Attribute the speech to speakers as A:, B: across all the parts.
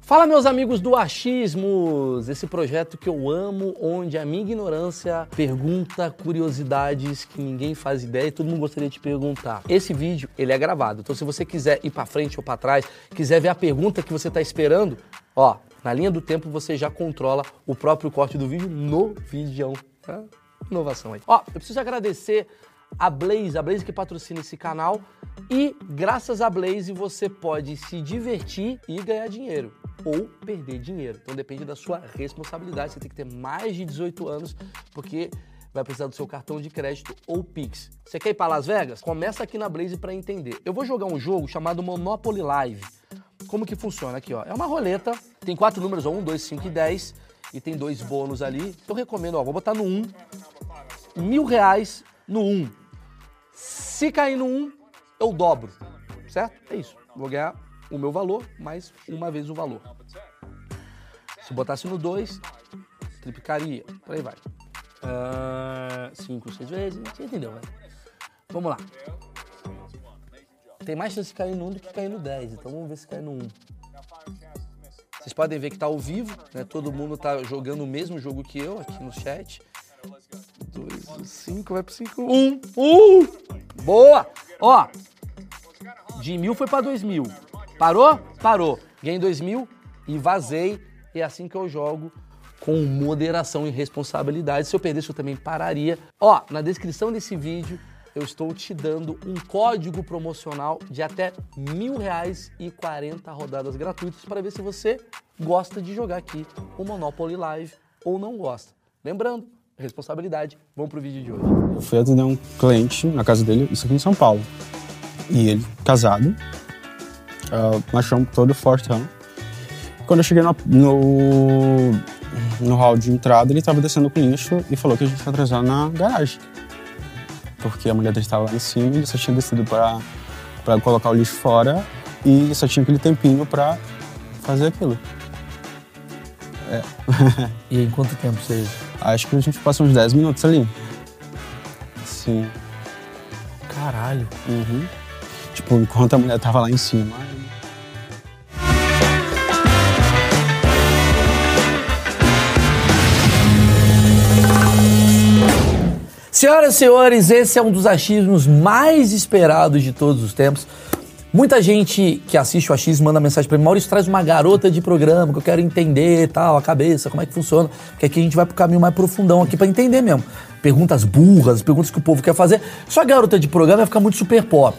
A: Fala, meus amigos do Achismos, esse projeto que eu amo, onde a minha ignorância pergunta curiosidades que ninguém faz ideia e todo mundo gostaria de perguntar. Esse vídeo, ele é gravado, então se você quiser ir para frente ou para trás, quiser ver a pergunta que você está esperando, ó, na linha do tempo você já controla o próprio corte do vídeo no vídeo. Tá? Inovação aí. Ó, eu preciso agradecer a Blaze, a Blaze que patrocina esse canal. E graças a Blaze você pode se divertir e ganhar dinheiro ou perder dinheiro. Então depende da sua responsabilidade. Você tem que ter mais de 18 anos, porque vai precisar do seu cartão de crédito ou Pix. Você quer ir para Las Vegas? Começa aqui na Blaze para entender. Eu vou jogar um jogo chamado Monopoly Live. Como que funciona aqui, ó? É uma roleta, tem quatro números, ó, 1, 2, 5 e 10, e tem dois bônus ali. Então, Eu recomendo, ó, vou botar no 1, mil reais no 1. Se cair no 1, eu dobro, certo? É isso. Vou ganhar o meu valor mais uma vez o valor. Se botasse no 2, triplicaria. Por aí vai. 5, 6 Ah, vezes. Você entendeu, velho? Vamos lá. Tem mais chance de cair no 1 do que cair no 10. Então vamos ver se cai no 1. Vocês podem ver que tá ao vivo, né? Todo mundo tá jogando o mesmo jogo que eu aqui no chat. 2, 5, vai pro 5. 1, 1! Boa! Ó, de mil foi pra dois mil. Parou? Parou. Ganhei dois mil e vazei. E é assim que eu jogo com moderação e responsabilidade. Se eu perdesse, eu também pararia. Ó, na descrição desse vídeo eu estou te dando um código promocional de até mil reais e 40 rodadas gratuitas para ver se você gosta de jogar aqui o Monopoly Live ou não gosta. Lembrando, responsabilidade. Vamos pro vídeo de hoje.
B: Eu fui atender um cliente na casa dele, isso aqui em São Paulo. E ele, casado, ah, machão todo fortão. Quando eu cheguei no, no, no hall de entrada, ele tava descendo com o lixo e falou que a gente foi atrasar na garagem. Porque a mulher dele estava lá em cima e ele só tinha descido pra, pra colocar o lixo fora e só tinha aquele tempinho pra fazer aquilo.
C: E em quanto tempo vocês.
B: Acho que a gente passou uns 10 minutos ali. Assim, Sim.
C: Caralho.
B: Uhum. Tipo, enquanto a mulher tava lá em cima.
C: Senhoras e senhores, esse é um dos achismos mais esperados de todos os tempos. Muita gente que assiste o achismo manda mensagem pra mim, Maurício, traz uma garota de programa que eu quero entender e tal, a cabeça, como é que funciona. Porque aqui a gente vai pro caminho mais profundão aqui pra entender mesmo. Perguntas burras, perguntas que o povo quer fazer. Só garota de programa vai ficar muito super pop.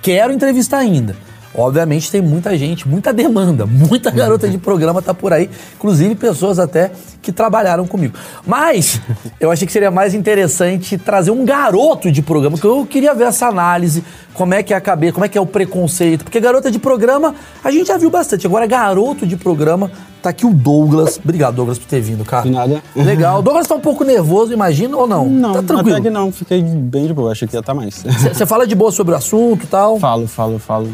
C: Quero entrevistar ainda. Obviamente tem muita gente, muita demanda, muita garota de programa tá por aí, inclusive pessoas até que trabalharam comigo. Mas eu achei que seria mais interessante trazer um garoto de programa, que eu queria ver essa análise, como é que é a cabeça, como é que é o preconceito, porque garota de programa a gente já viu bastante. Agora garoto de programa, tá aqui o Douglas. Obrigado Douglas por ter vindo, cara.
B: De nada.
C: Legal. O Douglas tá um pouco nervoso, imagino ou não?
B: Não,
C: tá tranquilo.
B: até que não. Fiquei bem de boa, achei que ia estar mais.
C: Você fala de boa sobre o assunto, e tal.
B: falo, falo, falo.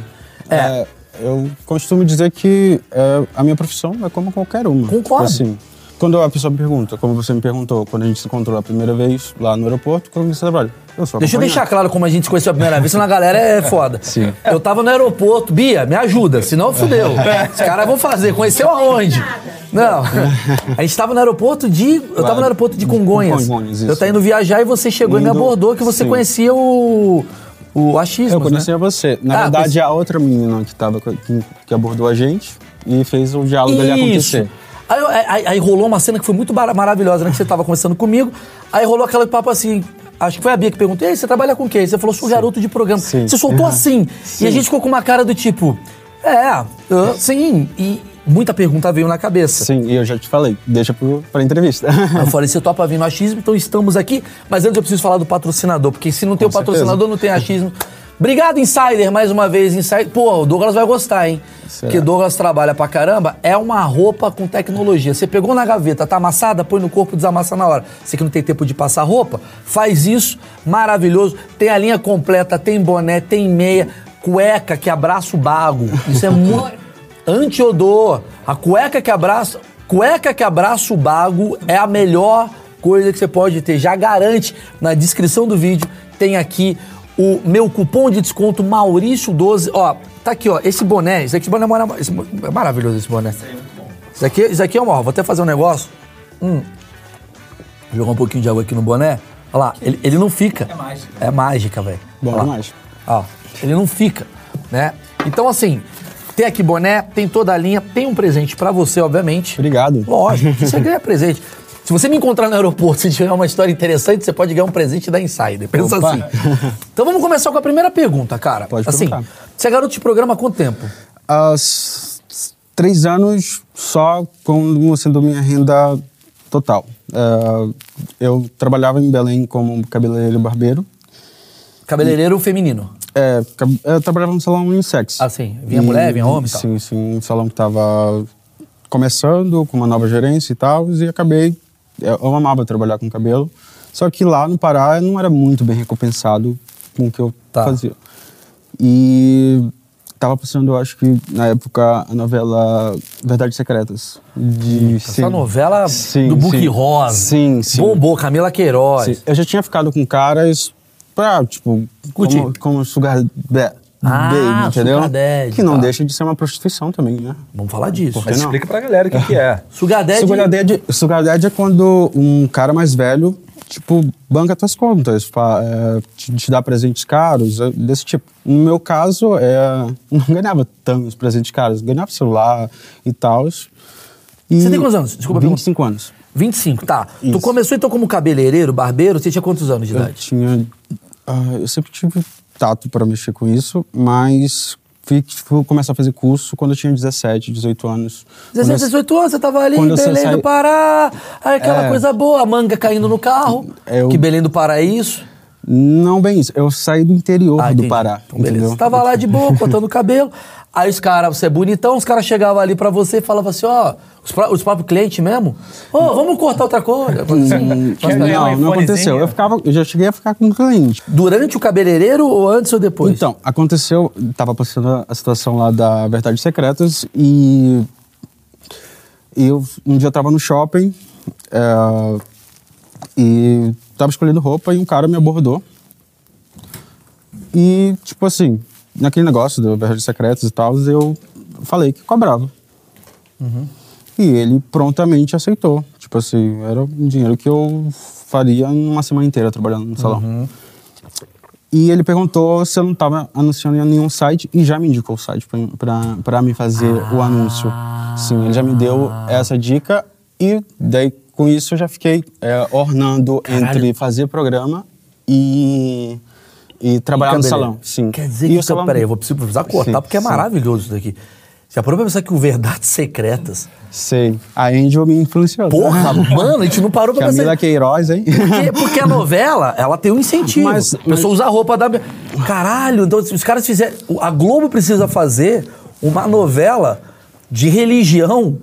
B: É. eu costumo dizer que é, a minha profissão é como qualquer uma.
C: Concordo.
B: Assim, quando a pessoa me pergunta, como você me perguntou, quando a gente se encontrou a primeira vez lá no aeroporto, como você trabalha? Eu sou
C: Deixa eu
B: acompanhante.
C: deixar claro como a gente se conheceu a primeira vez, senão a galera é foda.
B: Sim.
C: Eu tava no aeroporto, Bia, me ajuda, senão fudeu. Os caras vão fazer, conheceu aonde? Não. A gente tava no aeroporto de. Eu tava no aeroporto de Congonhas.
B: Congonhas, isso.
C: Eu tá indo viajar e você chegou e me
B: Indo-
C: abordou que você
B: sim.
C: conhecia o. O achismo.
B: Eu conhecia você. Na
C: Ah,
B: verdade,
C: conheci-
B: a outra menina que, tava, co- que, que abordou a gente e fez o diálogo ali acontecer.
C: Aí, eu- aí- aí rolou uma cena que foi muito mara- maravilhosa, né? Que você tava conversando comigo. Aí rolou aquele papo assim. Acho que foi a Bia que perguntou: Ei, você trabalha com quem? Você falou, sou garoto de programa.
B: Sim.
C: Você soltou
B: Uhum.
C: assim. E a gente ficou com uma cara do tipo: É, eu- sim. E muita pergunta veio na cabeça.
B: Sim, e eu já te falei, deixa pro, pra entrevista.
C: Aí Eu falei, você topa vir no achismo, então estamos aqui. Mas antes eu preciso falar do patrocinador, porque se não tem o
B: certeza.
C: patrocinador, não tem achismo. Obrigado, Insider, mais uma vez, Insider. Pô, o Douglas vai gostar, hein?
B: Será?
C: Porque Douglas trabalha pra caramba. É uma roupa com tecnologia. Você pegou na gaveta, tá amassada, põe no corpo, desamassa na hora. Você que não tem tempo de passar roupa, faz isso. Maravilhoso. Tem a linha completa, tem boné, tem meia, cueca que abraça o bago. Isso é muito... Antiodor. A cueca que abraça, cueca que abraça o bago é a melhor coisa que você pode ter. Já garante na descrição do vídeo tem aqui O meu cupom de desconto Maurício12, ó, tá aqui, ó, esse boné, esse aqui boné é mara- esse bo- é maravilhoso esse boné. Isso aqui, isso aqui é uma, ó, vou até fazer um negócio. Hum. Jogar um pouquinho de água aqui no boné. Olha lá, ele, ele não fica. É mágica. É mágica, velho.
B: Bom
C: Olha lá.
B: demais.
C: Ó, ele não fica, né? Então, assim, tem aqui boné, tem toda a linha, tem um presente pra você, obviamente.
B: Obrigado.
C: Lógico, você ganha presente. Se você me encontrar no aeroporto e tiver uma história interessante, você pode ganhar um presente da Insider. Pensa
B: Opa.
C: assim. Então vamos começar com a primeira pergunta, cara.
B: Pode
C: assim,
B: perguntar.
C: Você é garoto de programa há quanto tempo?
B: Há s- s- três anos só como sendo minha renda total. É, eu trabalhava em Belém como cabeleireiro e barbeiro.
C: Cabeleireiro feminino.
B: É, cab- eu trabalhava num salão unissex.
C: Ah, sim. Vinha
B: E-
C: mulher, vinha homem e tal.
B: Sim, sim. Um salão que tava começando, com uma nova gerência e tal, e acabei... é, Eu, eu amava trabalhar com cabelo. Só que lá no Pará eu não era muito bem recompensado com o que eu
C: Tá.
B: fazia. E tava passando, eu acho que, na época, a novela Verdades Secretas. De,
C: Hum, Essa novela do Book Rosa.
B: Sim, sim.
C: Bombou, Camila Queiroz.
B: Sim, Eu já tinha ficado com caras pra, tipo,
C: Curtir.
B: como, como sugar da-
C: Ah,
B: daddy, entendeu?
C: sugar daddy,
B: que não
C: tá.
B: deixa de ser uma prostituição também, né?
C: Vamos falar disso.
B: Por
D: Mas
B: que não?
D: explica pra galera o que, que é.
C: Sugar Daddy-
B: Sugar daddy, sugar daddy é quando um cara mais velho, tipo, banca tuas contas, fa- é, te, te dá presentes caros, é, desse tipo. No meu caso, é, não ganhava tantos presentes caros, ganhava celular e tal.
C: Você tem quantos anos? Desculpa a pergunta.
B: 25 anos.
C: 25, tá. Tu
B: Isso.
C: começou então como cabeleireiro, barbeiro, você tinha quantos anos de
B: Eu
C: idade?
B: tinha. ah, eu sempre tive tato para mexer com isso, mas fui, fui começar a fazer curso quando eu tinha 17, 18 anos. Quando
C: 16,
B: eu-
C: 18 anos, você tava ali em
B: quando você
C: Belém do
B: saiu-
C: Pará, aí aquela coisa boa, a manga caindo no carro,
B: É. Eu-
C: que Belém do Pará é isso.
B: Não bem isso. Eu saí do interior
C: Ah,
B: do
C: entendi.
B: Pará.
C: Então, beleza.
B: entendeu?
C: Você tava lá de boa, cortando o cabelo, aí os caras, você é bonitão, os caras chegavam ali pra você e falavam assim, ó, os, pró- os próprios clientes mesmo, ô, vamos cortar outra coisa. Assim,
D: Quer
B: Não,
D: ganhar um
B: não
D: iPhonezinho?
B: aconteceu. Eu, ficava, eu já cheguei a ficar com um cliente.
C: durante o cabeleireiro ou antes ou depois?
B: Então, aconteceu, tava passando a- a situação lá da Verdades Secretas e eu um dia eu tava no shopping é, e tava escolhendo roupa e um cara me abordou. E, tipo assim, naquele negócio do Verdades Secretas e tal, eu falei que cobrava. E ele prontamente aceitou. Tipo assim, era um dinheiro que eu faria numa semana inteira trabalhando no salão.
C: Uhum.
B: E ele perguntou se eu não estava anunciando em nenhum site e já me indicou o site para me fazer
C: Ah.
B: o anúncio. Sim, ele já me deu essa dica e daí com isso eu já fiquei é, ornando entre fazer programa e, e trabalhar no
C: cabeleireiro.
B: salão. Sim.
C: Quer dizer
B: E
C: que.
B: o salão-
C: Peraí, eu vou precisar precisar cortar,
B: Sim,
C: porque é
B: sim.
C: maravilhoso isso daqui. Já parou pra pensar que o Verdades Secretas.
B: Sei. A Angel me influenciou.
C: Porra, mano, a gente não parou pra
B: Camila
C: pensar.
B: Queiroz, hein?
C: Porque, porque a novela, ela tem um incentivo.
B: Mas-
C: a pessoa usa a roupa da. Caralho, então os caras fizeram. A Globo precisa fazer uma novela de religião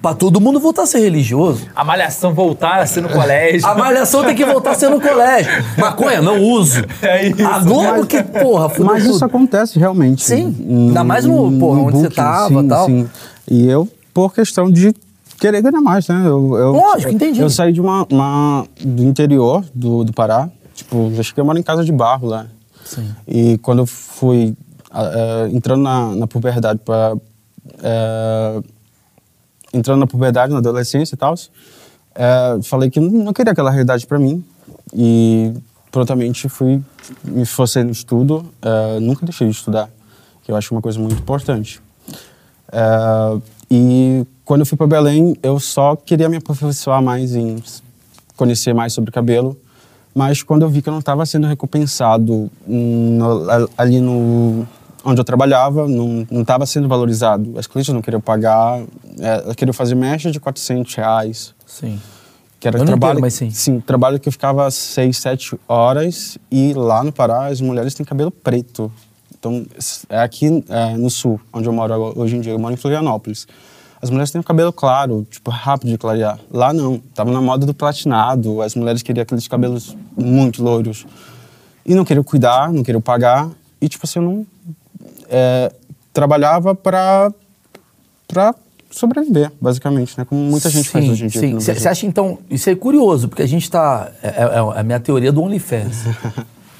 C: pra todo mundo voltar a ser religioso.
D: A malhação voltar a ser no colégio.
C: A malhação tem que voltar a ser no colégio. Maconha, não uso.
D: É isso.
C: A Globo que, porra, fudeu
B: Mas isso
C: tudo.
B: acontece realmente.
C: Sim. Ainda mais no- porra, onde você tava,
B: sim,
C: tal.
B: Sim. E eu, por questão de querer ganhar mais, né? Eu, eu-
C: Lógico, entendi.
B: Eu saí de uma, uma- do interior do, do Pará. Tipo, já cheguei a morar em casa de barro lá. Sim. E quando eu fui ah, eh, entrando na, na puberdade é, para entrando na puberdade, na adolescência e tal, é, falei que não, não queria aquela realidade para mim. E prontamente fui, me forcei no estudo, é, nunca deixei de estudar, que eu acho uma coisa muito importante. É, e quando eu fui para Belém, eu só queria me aperfeiçoar mais em s- conhecer mais sobre cabelo, mas quando eu vi que eu não estava sendo recompensado hum, no- a- ali no onde eu trabalhava, não estava sendo valorizado. As clientes não queriam pagar, é, elas queriam fazer mecha de 400 reais,
C: Sim.
B: que era
C: Eu não
B: trabalho,
C: entendo, mas sim.
B: trabalho que eu ficava 6, 7 horas e lá no Pará as mulheres têm cabelo preto. Então, s- é aqui é, no sul, onde eu moro agora- hoje em dia, eu moro em Florianópolis. As mulheres têm o cabelo claro, tipo, rápido de clarear. Lá não, tava na moda do platinado, as mulheres queriam aqueles cabelos muito loiros. E não queriam cuidar, não queriam pagar. E, tipo assim, eu não... é, trabalhava pra, pra sobreviver, basicamente, né? Como muita gente faz hoje em dia. aqui no
C: Sim,
B: Brasil.
C: é você acha então. Isso é curioso, porque a gente tá. É, é- é a minha teoria do OnlyFans.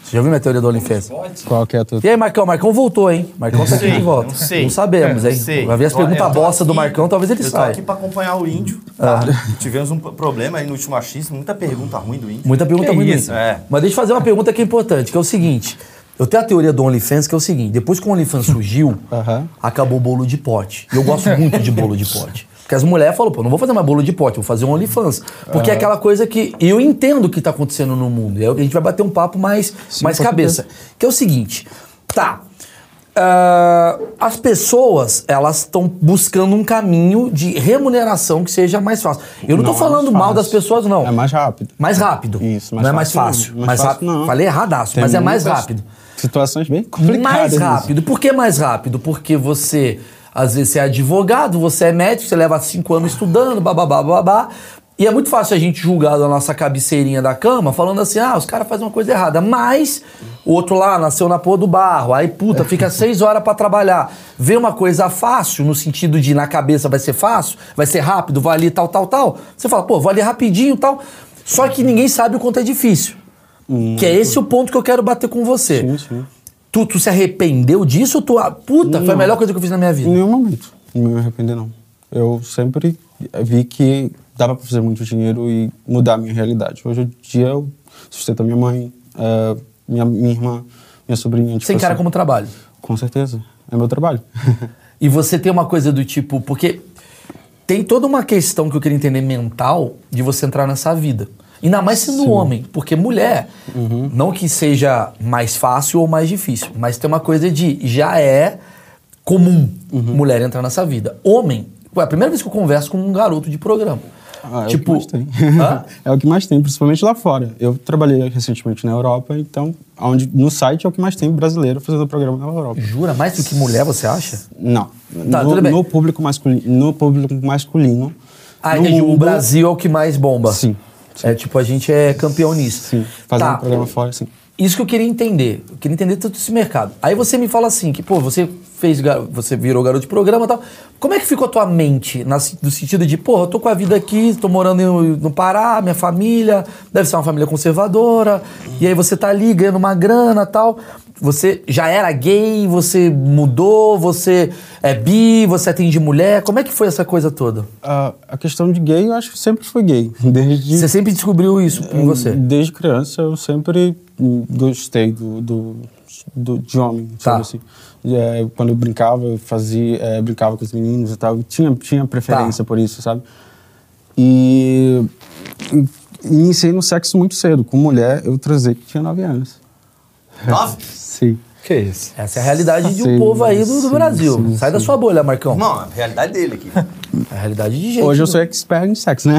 C: Você já viu minha teoria do OnlyFans?
B: Qual que é a tua...
C: E aí, Marcão? Marcão voltou, hein? Marcão tá aqui de volta.
E: não sei.
C: Não sabemos, hein?
E: Sei.
C: Vai ver as
E: Olha,
C: perguntas
E: eu tô
C: bosta do
E: aqui-
C: Marcão, talvez ele
E: eu
C: saia.
E: Eu tô aqui pra acompanhar o índio. tá? Tivemos um p- problema aí no último achismo, muita pergunta ruim do índio.
C: Muita pergunta
D: Que
C: muito
D: isso,
C: bonita.
E: é.
C: Mas deixa eu fazer uma pergunta que é importante, que é o seguinte. Eu tenho a teoria do OnlyFans, que é o seguinte. Depois que o OnlyFans surgiu,
B: Aham.
C: acabou o bolo de pote. E eu gosto muito de bolo de pote. Porque as mulheres falam, pô, não vou fazer mais bolo de pote, vou fazer um OnlyFans. Porque é aquela coisa que... E eu entendo o que tá acontecendo no mundo. E aí a gente vai bater um papo mais, mais
B: com
C: cabeça. Que é o seguinte. Tá. Ah, as pessoas, elas estão buscando um caminho de remuneração que seja mais fácil. Eu não,
B: Não,
C: tô
B: é
C: falando
B: mais
C: mal
B: fácil.
C: das pessoas, não.
B: É mais rápido.
C: Mais rápido.
B: Isso,
C: não
B: mais
C: é mais
B: fácil,
C: fácil.
B: não. Mais
C: mais
B: fácil,
C: rápido.
B: não.
C: Falei erradaço,
B: Tem
C: mas é mais
B: muitas
C: rápido.
B: Situações bem complicadas.
C: Mais
B: nisso.
C: rápido. Por que mais rápido? Porque você, às vezes, você é advogado, você é médico, você leva cinco anos estudando, bababá, babá. E é muito fácil a gente julgar da nossa cabeceirinha da cama, falando assim, ah, os caras fazem uma coisa errada. Mas o outro lá nasceu na porra do barro, aí puta, fica seis horas pra trabalhar. Vê uma coisa fácil, no sentido de na cabeça vai ser fácil, vai ser rápido, vai ali, tal, tal, tal. Você fala, pô, vou ali rapidinho, tal. Só que ninguém sabe o quanto é difícil. Que é esse o ponto que eu quero bater com você.
B: Hum, Sim, sim.
C: Tu, tu se arrependeu disso ou tu. ah, Puta, foi a melhor coisa que eu fiz na minha
B: Em
C: vida.
B: nenhum momento. Não me arrepender, não. Eu sempre vi que dava pra fazer muito dinheiro e mudar a minha realidade. Hoje em dia eu sustento a minha mãe, eh, minha, minha irmã, minha sobrinha. Tipo
C: Sem cara
B: assim.
C: como trabalho.
B: Com certeza. É meu trabalho.
C: E você tem uma coisa do tipo. Porque tem toda uma questão que eu queria entender mental de você entrar nessa vida. Ainda mais sendo homem, porque mulher,
B: Uhum.
C: não que seja mais fácil ou mais difícil, mas tem uma coisa de já é comum
B: Uhum.
C: mulher entrar nessa vida. Homem, é a primeira vez que eu converso com um garoto de programa.
B: Ah,
C: tipo,
B: é o que mais tem.
C: Hã?
B: é o que mais tem, principalmente lá fora. Eu trabalhei recentemente na Europa, então onde, no site é o que mais tem brasileiro fazendo programa na Europa.
C: jura mais do que mulher, você acha?
B: Não.
C: Tá,
B: no,
C: tudo bem.
B: no público masculino. No público masculino.
C: Ah,
B: no
C: entendi. O
B: mundo,
C: Brasil é o que mais bomba.
B: Sim, sim.
C: É tipo, a gente é campeão nisso.
B: Sim, fazendo um
C: Tá.
B: programa fora, sim.
C: Isso que eu queria entender. Eu queria entender todo esse mercado. Aí você me fala assim, que, pô, você fez, gar- você virou garoto de programa e tal. Como é que ficou a tua mente? na se- no sentido de, porra, eu tô com a vida aqui, tô morando em- no Pará, minha família, deve ser uma família conservadora. E aí você tá ali ganhando uma grana e tal. Você já era gay, você mudou, você é bi, você atende mulher. Como é que foi essa coisa toda?
B: Ah, a questão de gay, eu acho que sempre fui gay. Desde,
C: Você sempre descobriu isso
B: É,
C: em você?
B: desde criança, eu sempre hum, gostei do, do, do- de homem,
C: Tá.
B: sabe assim. E, é, quando eu brincava, eu fazia, é, brincava com os meninos e tal. Eu tinha, tinha preferência
C: Tá.
B: por isso, sabe? E, e iniciei no sexo muito cedo. Com mulher, eu transei que tinha 9 anos.
E: Nove?
B: Sim.
D: Que isso?
C: Essa é a realidade de um
B: Sim,
C: povo aí do, do
B: sim,
C: Brasil.
B: sim,
C: Sai da sua bolha, Marcão.
E: Não, é a realidade dele aqui.
C: É a realidade de gente.
B: Hoje eu sou expert em sexo, né?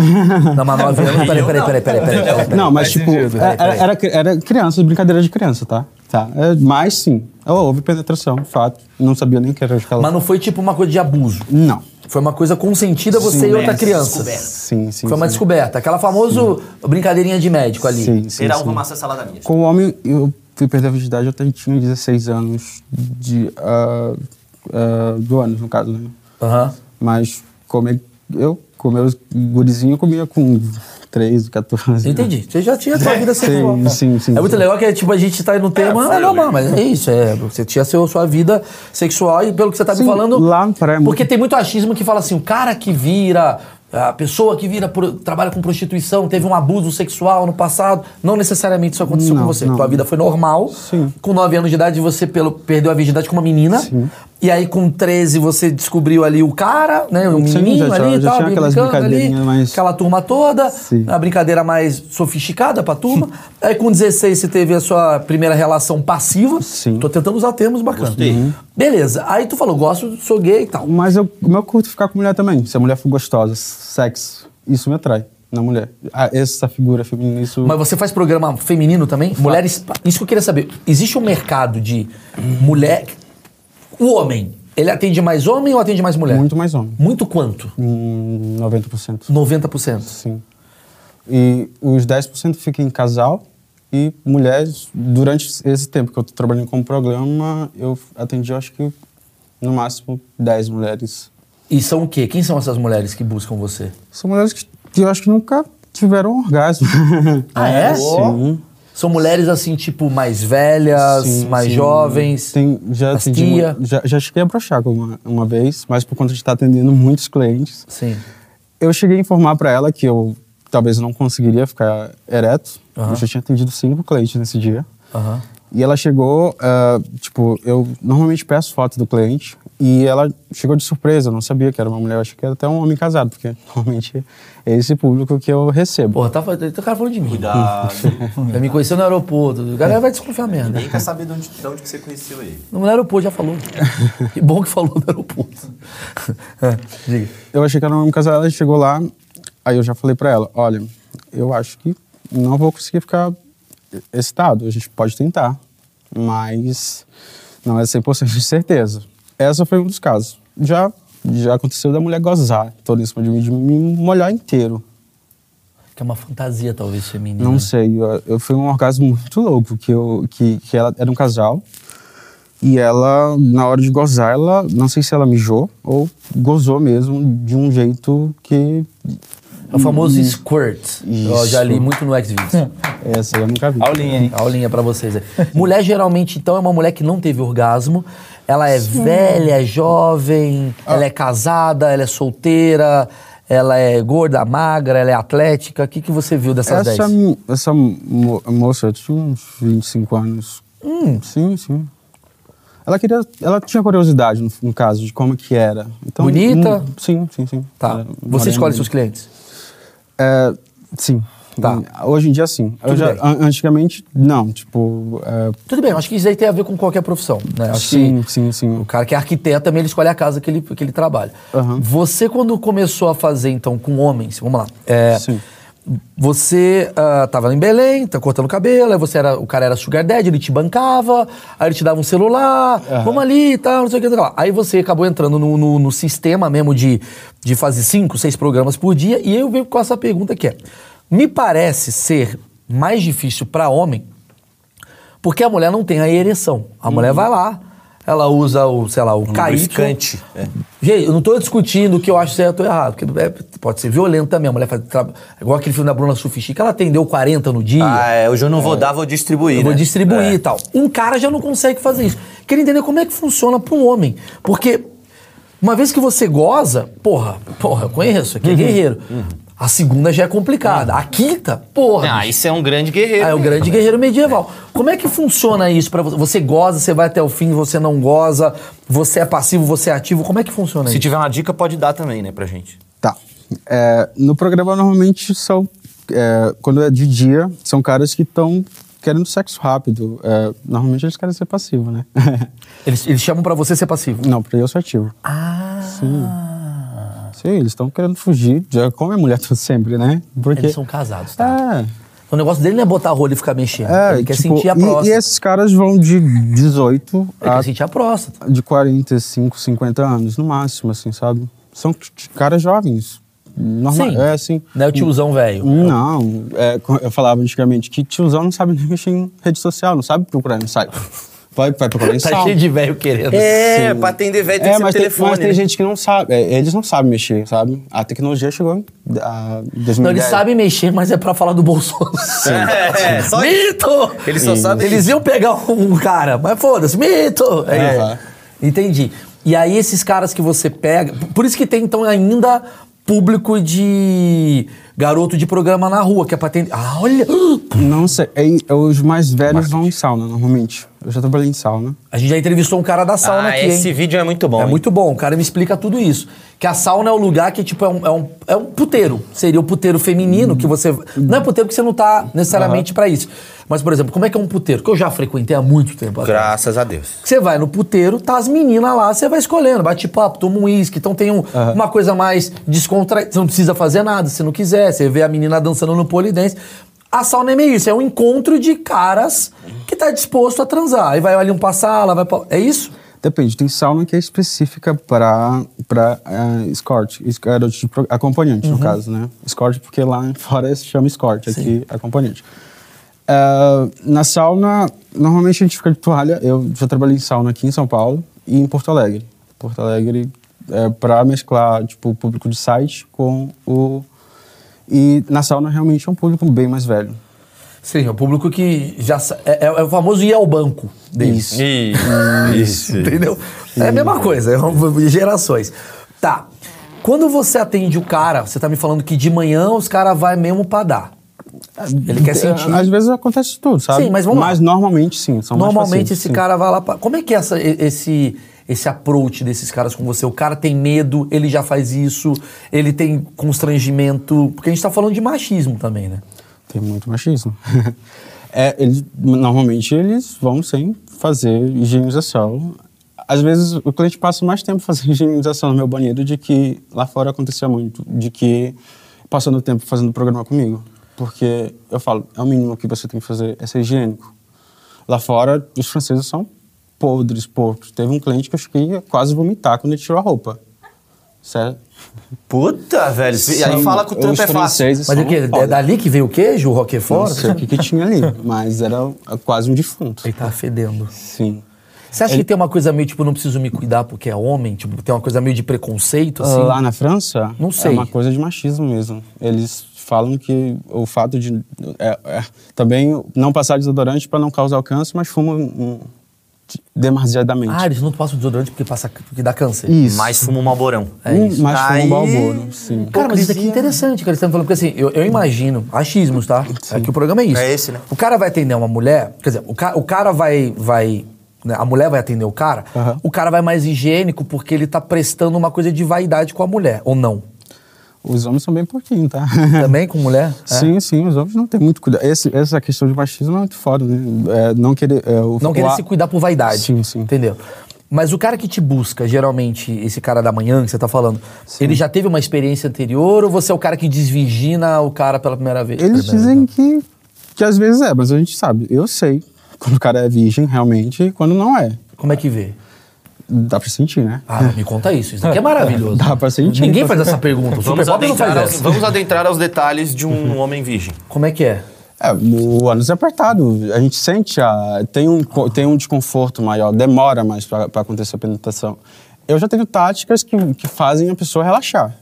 C: Não, mas nove anos. Peraí, peraí, peraí, peraí, peraí. peraí, peraí.
B: Não, mas
D: faz
B: tipo,
D: sentido.
B: era, era, era criança, brincadeira de criança, tá? tá. É, mas sim, houve penetração, fato. Não sabia nem que era aquela.
C: Mas não foi tipo uma coisa de abuso.
B: Não.
C: Foi uma coisa consentida você e outra criança.
B: Sim, sim.
C: É. Foi uma
B: sim.
C: descoberta. Aquela famoso brincadeirinha de médico ali.
B: Sim, sim,
E: Será um
B: sim.
E: romance salada minha.
B: Com o homem, eu fui perder a virgindade, eu até tinha 16 anos de. ah, ah, do ano, no caso, né?
C: Aham.
B: Mas comer. Eu, com meus gurizinhos, eu comia com 13, 14. né?
C: Entendi. Você já tinha sua vida sexual.
B: sim, sim, sim.
C: É muito legal que tipo, a gente tá aí no tema. É, normal, mas é isso. É, você tinha seu, sua vida sexual e pelo que você tá
B: Sim,
C: me falando.
B: lá no Pará é muito-
C: Porque tem muito achismo que fala assim: o cara que vira. A pessoa que vira pro- trabalha com prostituição, teve um abuso sexual no passado. Não necessariamente isso aconteceu
B: Não,
C: com você.
B: não.
C: Tua vida foi normal.
B: Sim.
C: Com 9 anos de idade, você pelo- perdeu a virgindade com uma menina. E aí, com 13, você descobriu ali o cara, né? O
B: Sim,
C: menino
B: já
C: ali
B: tinha-
C: e
B: já
C: tal,
B: tinha aquelas
C: brincando ali.
B: brincadeirinhas mais-
C: Aquela turma toda,
B: Sim.
C: a brincadeira mais sofisticada pra turma. Aí com 16 você teve a sua primeira relação passiva.
B: Sim. Uhum.
C: Tô tentando usar termos bacanas. Beleza. Aí tu falou, gosto, sou gay e tal.
B: Mas eu, mas eu curto ficar com mulher também. Se a mulher for gostosa, sexo, isso me atrai na mulher. Ah, essa figura feminina, isso.
C: Mas você faz programa feminino também? Mulheres. Isso que eu queria saber. Existe um mercado de mulher. O homem, ele atende mais homem ou atende mais mulher?
B: é Muito mais homem.
C: Muito quanto?
B: Hum, 90%.
C: 90%.
B: Sim. E os 10% fica em casal e mulheres. Durante esse tempo que eu tô trabalhando com o programa, eu atendi, eu acho que no máximo 10 mulheres.
C: E são o quê? Quem são essas mulheres que buscam você?
B: São mulheres que, que eu acho que nunca tiveram orgasmo.
C: Ah, é?
B: Sim.
C: São mulheres assim, tipo, mais velhas,
B: Sim,
C: mais
B: sim.
C: jovens.
B: Tem, já,
C: As
B: atendi,
C: tia.
B: mu- já, já cheguei a brochar uma, uma vez, mas por conta de estar atendendo muitos clientes,
C: Sim.
B: eu cheguei a informar para ela que eu talvez não conseguiria ficar ereto. Eu já tinha atendido cinco clientes nesse dia.
C: Aham.
B: E ela chegou, ah, tipo, eu normalmente peço foto do cliente e ela chegou de surpresa, eu não sabia que era uma mulher, eu achei que era até um homem casado, porque normalmente é esse público que eu recebo.
C: Porra, tá, fa- tá o cara falando de mim.
E: Cuidado.
C: Tá me conhecendo no aeroporto. O galera vai desconfiar merda.
E: Ninguém quer saber de onde, de onde que você conheceu ele.
C: No aeroporto já falou. Que bom que falou no aeroporto. É, diga.
B: Eu achei que era um homem casado, ela chegou lá, aí eu já falei pra ela, olha, eu acho que não vou conseguir ficar excitado, a gente pode tentar, mas não é 100% de certeza. Essa foi um dos casos. Já, já aconteceu da mulher gozar toda em cima de mim, de me molhar inteiro.
C: Que é uma fantasia, talvez, feminina.
B: Não sei, eu, eu fui um orgasmo muito louco, que, eu, que, que ela era um casal. E ela, na hora de gozar, ela, não sei se ela mijou ou gozou mesmo de um jeito que.
C: É o famoso squirt. Eu
B: Hum. Isso. É.
C: já li muito no X-Videos.
B: Essa eu nunca vi.
D: Aulinha, hein?
C: Aulinha pra vocês aí. Mulher, geralmente, então, é uma mulher que não teve orgasmo. Ela é velha, é jovem,
B: Ah.
C: ela é casada, ela é solteira, ela é gorda, magra, ela é atlética. O que, que você viu dessas
B: Essa,
C: 10?
B: mi- essa mo- moça tinha uns 25 anos.
C: Hum.
B: Sim, sim. Ela queria. Ela tinha curiosidade, no, no caso, de como que era. Então,
C: Bonita?
B: hum, sim, sim, sim.
C: Tá.
B: Era
C: Você escolhe
B: morena.
C: seus clientes?
B: É, sim.
C: Tá.
B: Hoje em dia, sim. Eu
C: Tudo
B: já-
C: bem.
B: an- antigamente, não. Tipo, é,
C: Tudo bem, eu acho que isso aí tem a ver com qualquer profissão, né? Acho
B: sim,
C: que
B: sim, sim.
C: o cara que é arquiteto também ele escolhe a casa que ele, que ele trabalha.
B: Aham.
C: Você, quando começou a fazer, então, com homens, vamos lá. é,
B: Sim.
C: Você ah, tava em Belém, tá cortando cabelo, aí você era, o cara era sugar daddy, ele te bancava, aí ele te dava um celular, vamos ali e tal, não sei o que, não sei o que lá. Aí você acabou entrando no, no- no sistema mesmo de, de fazer cinco, seis programas por dia, e eu venho com essa pergunta que é, me parece ser mais difícil para homem porque a mulher não tem a ereção. A mulher vai lá, ela usa o, sei lá, o caíto.
D: lubrificante,
C: Gente, eu não tô discutindo o que eu acho certo ou errado, porque é- pode ser violento também. A mulher faz. tra- Igual aquele filme da Bruna Sufichi, que ela atendeu 40 no dia.
E: Ah, é, hoje eu não vou dar, vou distribuir.
C: Eu vou
E: né?
C: distribuir
E: É.
C: e tal. Um cara já não consegue fazer isso. Queria entender como é que funciona para um homem. Porque uma vez que você goza, porra, porra, eu conheço,
F: Uhum.
C: aqui é guerreiro. A segunda já é complicada. A quinta, porra.
F: Ah, isso é um grande guerreiro.
C: Ah, é o grande guerreiro medieval. Como é que funciona isso para você? Você goza, você vai até o fim, você não goza, você é passivo, você é ativo. Como é que funciona
E: Se
C: isso?
E: tiver uma dica, pode dar também, né, pra gente.
B: Tá. É, no programa, normalmente, são... é, quando é de dia, são caras que estão querendo sexo rápido. É, normalmente, eles querem ser passivo, né?
C: Eles, eles chamam para você ser passivo.
B: não, pra eu, eu sou ativo.
C: Ah.
B: Sim, eles estão querendo fugir. Já come a mulher tô sempre, né? Porque...
C: Eles são casados, tá?
B: É,
C: O negócio dele não é botar a rola e ficar mexendo.
B: é,
C: ele quer
B: tipo,
C: sentir a
B: e-
C: próstata.
B: E, esses caras vão de 18
C: Ele
B: a
C: quer sentir a próstata.
B: de 45, 50 anos, no máximo, assim, sabe? São t- t- caras jovens. Normal,
C: Sim.
B: É, Um assim.
C: Não é o tiozão velho.
B: Não, é, co- eu falava antigamente que tiozão não sabe nem mexer em rede social, não sabe procurar, não sabe. Vai, vai procurar em
C: Tá
B: sal.
C: cheio de velho querendo.
F: É, pra atender velho tem que ser
B: mas
F: por telefone.
B: mas tem
F: né?
B: gente que não sabe, é, eles não sabem mexer, sabe? A tecnologia chegou em a 2010.
C: Não, eles sabem mexer, mas é pra falar do Bolsonaro.
F: É, só
C: Mito!
F: Eles só sabem
C: Eles iam pegar um cara, mas foda-se, mito! É.
B: Aham.
C: Entendi. E aí, esses caras que você pega. Por isso que tem, então, ainda público de garoto de programa na rua, que é pra atender. Ah, olha!
B: Não sei, é, é, os mais velhos vão em sauna, normalmente. Eu já trabalhei em sauna.
C: A gente já entrevistou um cara da sauna
F: Ah,
C: aqui,
F: esse
C: hein?
F: vídeo é muito bom.
C: É
F: hein?
C: muito bom, o cara me explica tudo isso. Que a sauna é o lugar que, tipo, é um, é um, é um puteiro. Seria o puteiro feminino que você.
F: Hum.
C: Não é puteiro que você não tá necessariamente pra isso. Mas, por exemplo, como é que é um puteiro? Que eu já frequentei há muito tempo atrás.
F: Graças a Deus.
C: Você vai no puteiro, tá as meninas lá, você vai escolhendo, bate papo, toma um uísque. Então tem um- uma coisa mais descontraída. Você não precisa fazer nada se não quiser. Você vê a menina dançando no polidense. A sauna é meio isso, é um encontro de caras que tá disposto a transar. Aí vai ali um pra sala, vai pra... É isso?
B: Depende, tem sauna que é específica para para escort, es- garoto de pro- acompanhante
C: Uhum.
B: no caso, né? Escort porque lá fora se chama escort, aqui acompanhante. Ah, na sauna, normalmente a gente fica de toalha. Eu já trabalhei em sauna aqui em São Paulo e em Porto Alegre. Porto Alegre é para mesclar tipo o público de site com o e na sauna realmente é um público bem mais velho.
C: Sim, é o público que já. sa- É, é o famoso ir ao banco deles.
B: Isso.
F: Isso.
C: Entendeu? É a mesma coisa, é um- gerações. Tá. Quando você atende o cara, você tá me falando que de manhã os caras vai mesmo pra dar. Ele quer sentir.
B: É, Às vezes acontece de tudo, sabe?
C: Sim, mas vamos lá.
B: Mas normalmente sim, são mais
C: Normalmente
B: pacientes,
C: esse
B: sim.
C: cara vai lá pra. Como é que é essa- e- esse esse approach desses caras com você? O cara tem medo, ele já faz isso, ele tem constrangimento, porque a gente tá falando de machismo também, né?
B: Tem muito machismo. é, eles, normalmente eles vão sem fazer higienização. Às vezes o cliente passa mais tempo fazendo higienização no meu banheiro de que lá fora acontecia muito, de que passando o tempo fazendo programa comigo. Porque eu falo, é o mínimo que você tem que fazer é ser higiênico. Lá fora, os franceses são podres, porcos. Teve um cliente que eu cheguei a quase vomitar quando ele tirou a roupa. Sério?
F: Puta, velho.
E: E aí fala com tanta é
B: Os
E: fácil.
B: franceses
C: Mas
B: são
C: o quê? É
B: foda.
C: dali que veio o queijo, o
B: Não
C: roquefort?
B: sei o que, que tinha ali, mas era quase um defunto.
C: Ele tá fedendo.
B: Sim.
C: Você acha que tem uma coisa meio, tipo, não preciso me cuidar porque é homem? Tipo, tem uma coisa meio de preconceito, assim?
F: Ah,
B: Lá na França,
C: Não sei.
B: é uma coisa de machismo mesmo. Eles falam que o fato de. é- é, também não passar desodorante para não causar o câncer, mas fumam hum, de- demasiadamente.
C: Ah, eles não passam desodorante porque, passa, porque dá câncer.
B: Isso.
F: Mais fuma um malborão.
B: Hum, Mas fumam
F: Aí-
B: balboro, sim.
C: Cara, mas isso aqui é
F: né?
C: interessante, cara. Eles estão falando, porque assim, eu, eu imagino, achismos, tá? É que o programa é isso.
F: É esse, né?
C: O cara vai atender uma mulher, quer dizer, o, ca- o cara vai. vai né, a mulher vai atender o cara,
B: Aham.
C: o cara vai mais higiênico porque ele tá prestando uma coisa de vaidade com a mulher, ou não?
B: Os homens são bem pouquinho, tá?
C: Também com mulher? É.
B: Sim, sim, os homens não têm muito cuidado. Esse- essa questão de machismo é muito foda, né? É, não querer. é, o-
C: Não
B: o
C: querer
B: a-
C: se cuidar por vaidade.
B: Sim, sim.
C: Entendeu? Mas o cara que te busca, geralmente, esse cara da manhã que você tá falando, ele já teve uma experiência anterior ou você é o cara que desvirgina o cara pela primeira vez?
B: Eles
C: Primeira
B: dizem
C: vez,
B: que, que às vezes é, mas a gente sabe. Eu sei quando o cara é virgem realmente e quando não é.
C: não. Como é que vê?
B: Dá pra sentir, né?
C: Ah, me conta isso. Isso daqui é maravilhoso.
B: Dá pra sentir.
C: Ninguém faz essa pergunta. O Super
F: Vamos
C: Pop não faz
F: adentrar, aos,
C: essa.
F: vamos adentrar aos detalhes de um homem virgem.
C: Como é que é?
B: É, o ânus é apertado. A gente sente, a, tem, um, co- tem um desconforto maior, demora mais pra, pra acontecer a penetração. Eu já tenho táticas que, que fazem a pessoa relaxar.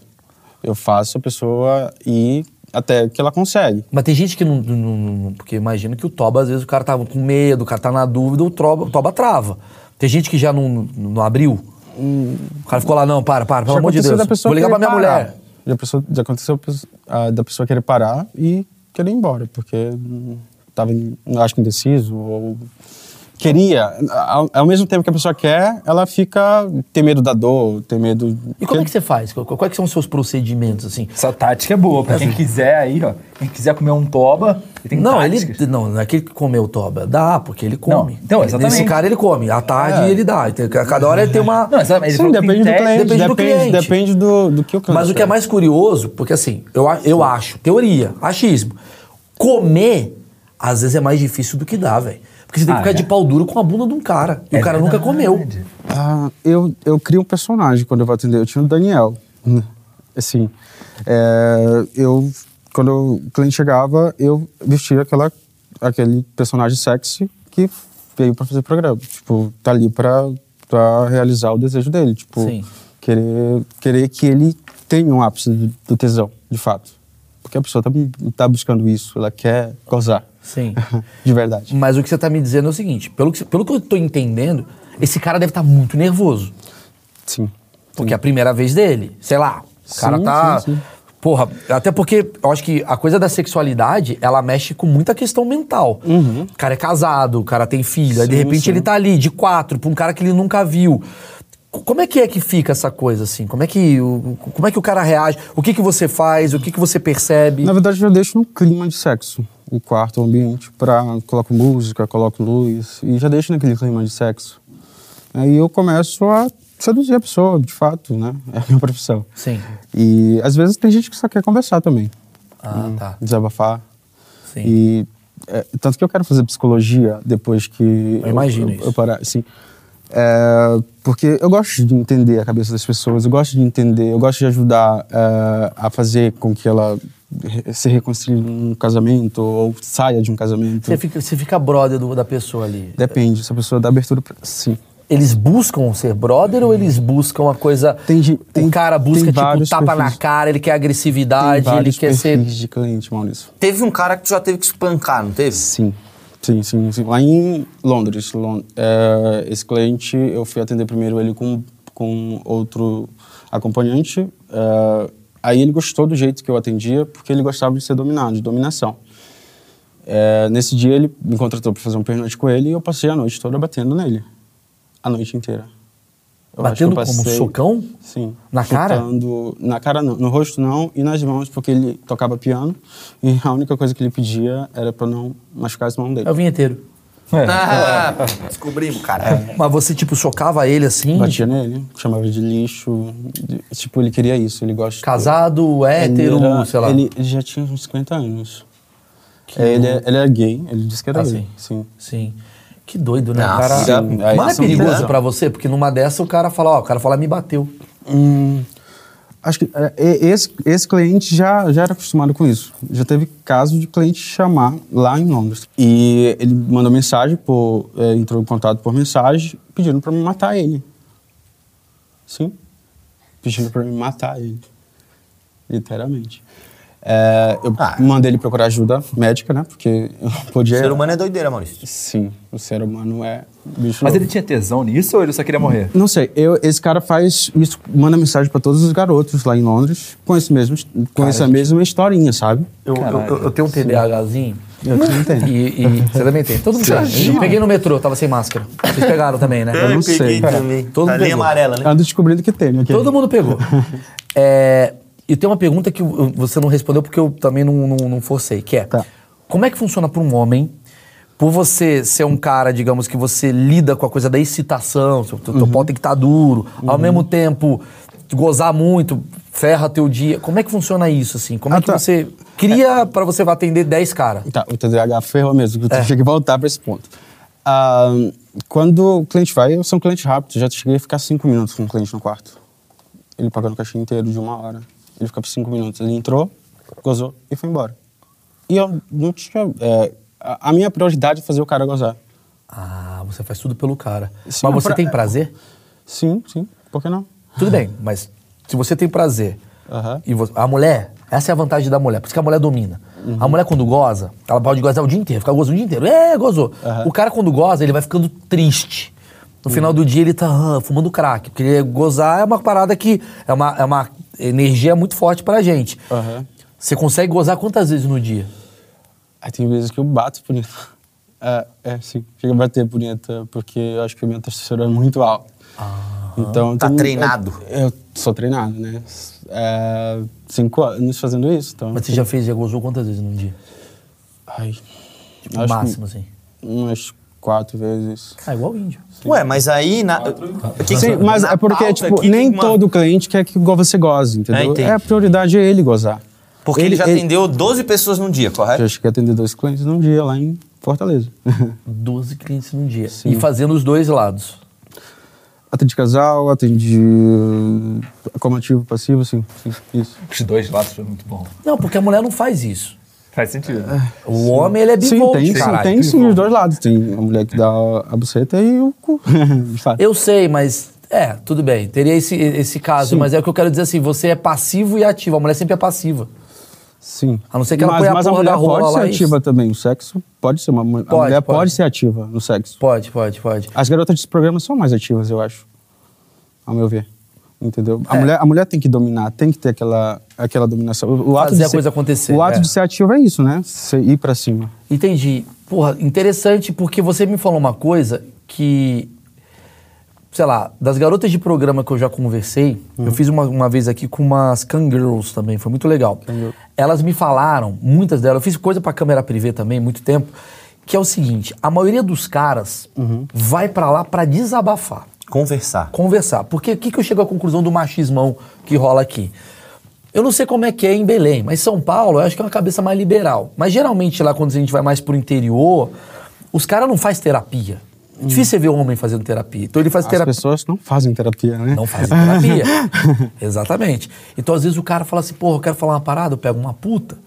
B: Eu faço a pessoa ir até que ela consegue.
C: Mas tem gente que não, não- não- não- Porque imagino que o Toba, às vezes, o cara tá com medo, o cara tá na dúvida, o Toba, o toba trava. Tem gente que já não, não não abriu. O cara ficou lá, não, para, para, pelo
B: Hum. Já
C: amor de
B: aconteceu
C: Deus.
B: da pessoa
C: Vou ligar pra
B: querer
C: minha
B: parar.
C: mulher.
B: Já, pessoa- já aconteceu ah, da pessoa querer parar e querer ir embora, porque hum, tava, em- acho que indeciso, ou queria. Ao, ao mesmo tempo que a pessoa quer, ela fica. tem medo da dor, tem medo.
C: E como é que você faz? Qu- Quais que são os seus procedimentos, assim?
D: Essa tática é boa. Pra quem quiser aí, ó. Quem quiser comer um toba, ele tem
C: Não,
D: táticas.
C: ele. Não, não é que ele comeu toba. Dá, porque ele come.
D: Não, então, exatamente. É.
C: Esse cara ele come. À tarde ele dá. Então, a Cada hora ele tem uma.
D: Não, exatamente. Ele
B: Sim,
D: falou que
B: depende do
D: tem
B: cliente,
D: técnica-
B: depende,
C: depende do
B: depende do,
C: cliente.
B: depende do, do que o cliente
C: Mas o que é mais curioso, porque assim, eu, a- eu acho, teoria, achismo, comer às vezes é mais difícil do que dá, velho. Porque você tem que
D: Ah,
C: ficar
D: é.
C: de pau duro com a bunda de um cara. E o
D: É
C: cara nunca comeu.
D: verdade.
B: Ah, eu, eu crio um personagem quando eu vou atender. Eu tinha o Daniel. Assim, é, eu, quando o cliente chegava, eu vestia aquela, aquele personagem sexy que veio pra fazer programa. Tipo, tá ali pra, pra realizar o desejo dele. Tipo,
C: Sim.
B: Querer, querer que ele tenha um ápice do- do tesão, de fato. Porque a pessoa tá, tá buscando isso, ela quer gozar.
C: Sim.
B: de verdade.
C: Mas o que você tá me dizendo é o seguinte: pelo que, pelo que eu tô entendendo, esse cara deve estar muito nervoso.
B: Sim.
C: Porque é a primeira vez dele, sei lá, o cara
B: Sim,
C: tá.
B: sim, sim.
C: Porra, até porque eu acho que a coisa da sexualidade, ela mexe com muita questão mental. O cara é casado, o cara tem filho, aí de
B: Uhum. Sim,
C: repente
B: sim.
C: ele tá ali de quatro pra um cara que ele nunca viu. Co- Como é que é que fica essa coisa assim? Como é que o, como é que o cara reage? O que que você faz? O que que você percebe?
B: Na verdade, eu deixo um clima de sexo, o quarto, o ambiente, pra, coloco música, coloco luz, e já deixo naquele clima de sexo. Aí eu começo a seduzir a pessoa, de fato, né? É a minha profissão.
C: Sim.
B: E às vezes tem gente que só quer conversar também,
C: Ah, tá.
B: desabafar.
C: Sim.
B: E é, tanto que eu quero fazer psicologia depois que eu
C: imagino
B: eu,
C: isso.
B: eu parar, assim. É, porque eu gosto de entender a cabeça das pessoas, eu gosto de entender, eu gosto de ajudar é, a fazer com que ela re- se reconcilie num casamento ou saia de um casamento.
C: Você fica, você fica brother do- da pessoa ali.
B: Depende, se a pessoa dá abertura pra... Sim.
C: Eles buscam ser brother ou eles buscam a coisa.
B: Tem de-
C: o
B: tem-
C: cara busca,
B: tem
C: tipo,
B: vários
C: tapa na
B: perfis.
C: cara, ele quer agressividade, ele
B: vários
C: Ah, quer ser.
B: perfis de cliente, Maurício.
F: Teve um cara que tu já teve que espancar, não teve?
B: Sim. Sim, sim, sim. Lá em Londres, Lon- é, esse cliente, eu fui atender primeiro ele com, com outro acompanhante. é, aí ele gostou do jeito que eu atendia, porque ele gostava de ser dominado, de dominação. É, nesse dia ele me contratou para fazer um pernoite com ele e eu passei a noite toda batendo nele. A noite inteira. Eu acho que eu
C: Batendo como
B: passei-
C: socão?
B: Sim.
C: Na cara?
B: Chutando- Na cara não, no rosto não e nas mãos, porque ele tocava piano e a única coisa que ele pedia era pra não machucar as mãos dele.
C: É o vinheteiro.
D: É.
F: Ah, descobrimos, cara.
C: Mas você, tipo, socava ele assim?
B: Batia nele, chamava de lixo, de- tipo, ele queria isso, ele gosta...
C: Casado,
B: Ele
C: hétero,
B: era-
C: é um, sei lá.
B: Ele já tinha uns 50 anos. É, ele, é- ele era gay, ele disse que era
C: Ah,
B: gay,
C: sim.
B: sim.
C: Sim. Que doido, né?
F: Ah,
C: o cara...
B: sim. Aí
C: Mas não é
B: são
C: perigoso
B: doidos.
C: pra você? Porque numa dessa o cara fala, ó, o cara fala, me bateu.
B: Hum, acho que é, e- esse, esse cliente já, já era acostumado com isso. Já teve caso de cliente chamar lá em Londres. E ele mandou mensagem, por, é, entrou em contato por mensagem, pedindo pra me matar ele. Sim. Pedindo pra me matar ele. Literalmente. É, eu mandei ele procurar ajuda médica, né? Porque eu não podia.
F: Ser humano é doideira, Maurício.
B: Sim, o ser humano é bicho.
D: Mas
B: louco.
D: ele tinha tesão nisso ou ele só queria morrer?
B: Não sei, eu- esse cara faz isso, manda mensagem pra todos os garotos lá em Londres com, esse mesmo, com essa mesma historinha, sabe?
C: Eu, eu, eu- eu tenho um TDAHzinho.
B: Eu também tenho.
C: E, e você também tem. Todo mundo tem. Eu Peguei no metrô, tava sem máscara. Vocês pegaram também, né?
B: não sei.
F: peguei também.
C: Todo
F: Todo
C: mundo
F: linha
C: pegou.
F: amarela, né?
B: Ando descobrindo que tem, né? que-
C: Todo mundo pegou. É, e tem uma pergunta que eu- você não respondeu porque eu também não, não, não forcei, que é...
B: Tá.
C: Como é que funciona para um homem, por você ser um cara, digamos, que você lida com a coisa da excitação, seu teu, teu
B: Uhum.
C: pau tem que estar duro, ao mesmo tempo gozar muito, ferra teu dia. Como é que funciona isso, assim? Como é
B: Ah,
C: que
B: tá.
C: você cria pra você vai atender 10 caras?
B: Tá, o TDAH ferrou mesmo, que eu tinha que voltar pra esse ponto. Ah, quando o cliente vai, eu sou um cliente rápido, já cheguei a ficar cinco minutos com o cliente no quarto. Ele pagando o cachê inteiro de uma hora. Ele ficava cinco minutos. Ele entrou, gozou e foi embora. E eu não tinha. é, a, a minha prioridade é fazer o cara gozar.
C: Ah, você faz tudo pelo cara.
B: Sim,
C: mas você
B: pra-
C: tem prazer?
B: Sim, sim, por que não?
C: Tudo bem, mas se você tem prazer
B: Aham.
C: e vo- a mulher, essa é a vantagem da mulher, por isso que a mulher domina. A mulher quando goza, ela pode gozar o dia inteiro, ficar gozando o dia inteiro. É, gozou. O cara quando goza, ele vai ficando triste. No final do dia ele tá ah, fumando crack, porque gozar é uma parada que é uma, é uma energia muito forte pra gente.
B: Aham.
C: Você consegue gozar quantas vezes no dia?
B: Aí tem vezes que eu bato punheta. É, é sim. Chega a bater punheta, porque eu acho que a minha testosterona é muito alta. Então, eu
F: Tá
B: tenho-
F: treinado.
B: Eu, eu sou treinado, né? É, cinco anos fazendo isso. Então,
C: Mas você já fez, já gozou quantas vezes no dia?
B: ai,
C: Tipo,
B: acho que
C: máximo, assim.
B: Umas quatro vezes.
C: Ah, igual índio.
F: Ué, mas aí... Na... O que que-
B: Sim, mas
F: na
B: é porque,
F: pauta
B: tipo,
F: aqui,
B: nem
F: que-
B: todo cliente quer que você goze,
F: É,
B: entendeu?
F: entendi.
B: É, a prioridade é ele gozar.
F: Porque ele, é- já atendeu 12 pessoas num dia, correto?
B: Já cheguei a atender dois clientes num dia lá em Fortaleza.
C: 12 clientes no dia.
B: Sim.
C: E fazendo os dois lados.
B: Atendi casal, atendi eh, acomodativo, passivo, assim, isso.
D: Os dois lados foi muito bom.
C: Não, porque a mulher não faz isso.
D: Faz sentido.
C: O homem, ele é
B: Sim,
C: bivolt,
B: tem, sim,
C: caralho.
B: tem sim os dois lados. Tem a mulher que dá a buceta e o cu. de fato.
C: Eu sei, mas... É, tudo bem. Teria esse, esse caso, mas é o que eu quero dizer assim. Você é passivo e ativo. A mulher sempre é passiva.
B: Sim.
C: A não ser que ela
B: mas,
C: ponha a
B: mas
C: porra da
B: mulher
C: rola
B: pode ser
C: lá e-
B: ativa também. O sexo pode ser uma mu-
C: Pode,
B: A mulher pode.
C: pode.
B: ser ativa no sexo.
C: Pode, pode, pode.
B: As garotas desse programa são mais ativas, eu acho. Ao meu ver. Entendeu?
C: É.
B: A, mulher, a mulher tem que dominar, tem que ter aquela, aquela dominação. O, o ato
C: Fazer
B: de
C: a
B: ser-
C: coisa acontecer,
B: O ato
C: é.
B: de ser ativo é isso, né? Você ir pra cima.
C: Entendi. Porra, interessante, porque você me falou uma coisa que... Sei lá, das garotas de programa que eu já conversei, eu fiz uma, uma vez aqui com umas Kangirls também, foi muito legal. Elas me falaram, muitas delas, eu fiz coisa pra câmera privê também, muito tempo, que é o seguinte, a maioria dos caras vai pra lá pra desabafar.
F: Conversar.
C: conversar. Porque o que, que eu chego à conclusão do machismão que rola aqui? Eu não sei como é que é em Belém, mas São Paulo eu acho que é uma cabeça mais liberal. Mas geralmente lá quando a gente vai mais pro interior, os caras não fazem terapia. É difícil você ver um homem fazendo terapia. Então ele faz
B: As
C: terapia.
B: pessoas não fazem terapia, né?
C: Não fazem terapia. Exatamente. Então, às vezes, o cara fala assim, porra, eu quero falar uma parada, eu pego uma puta.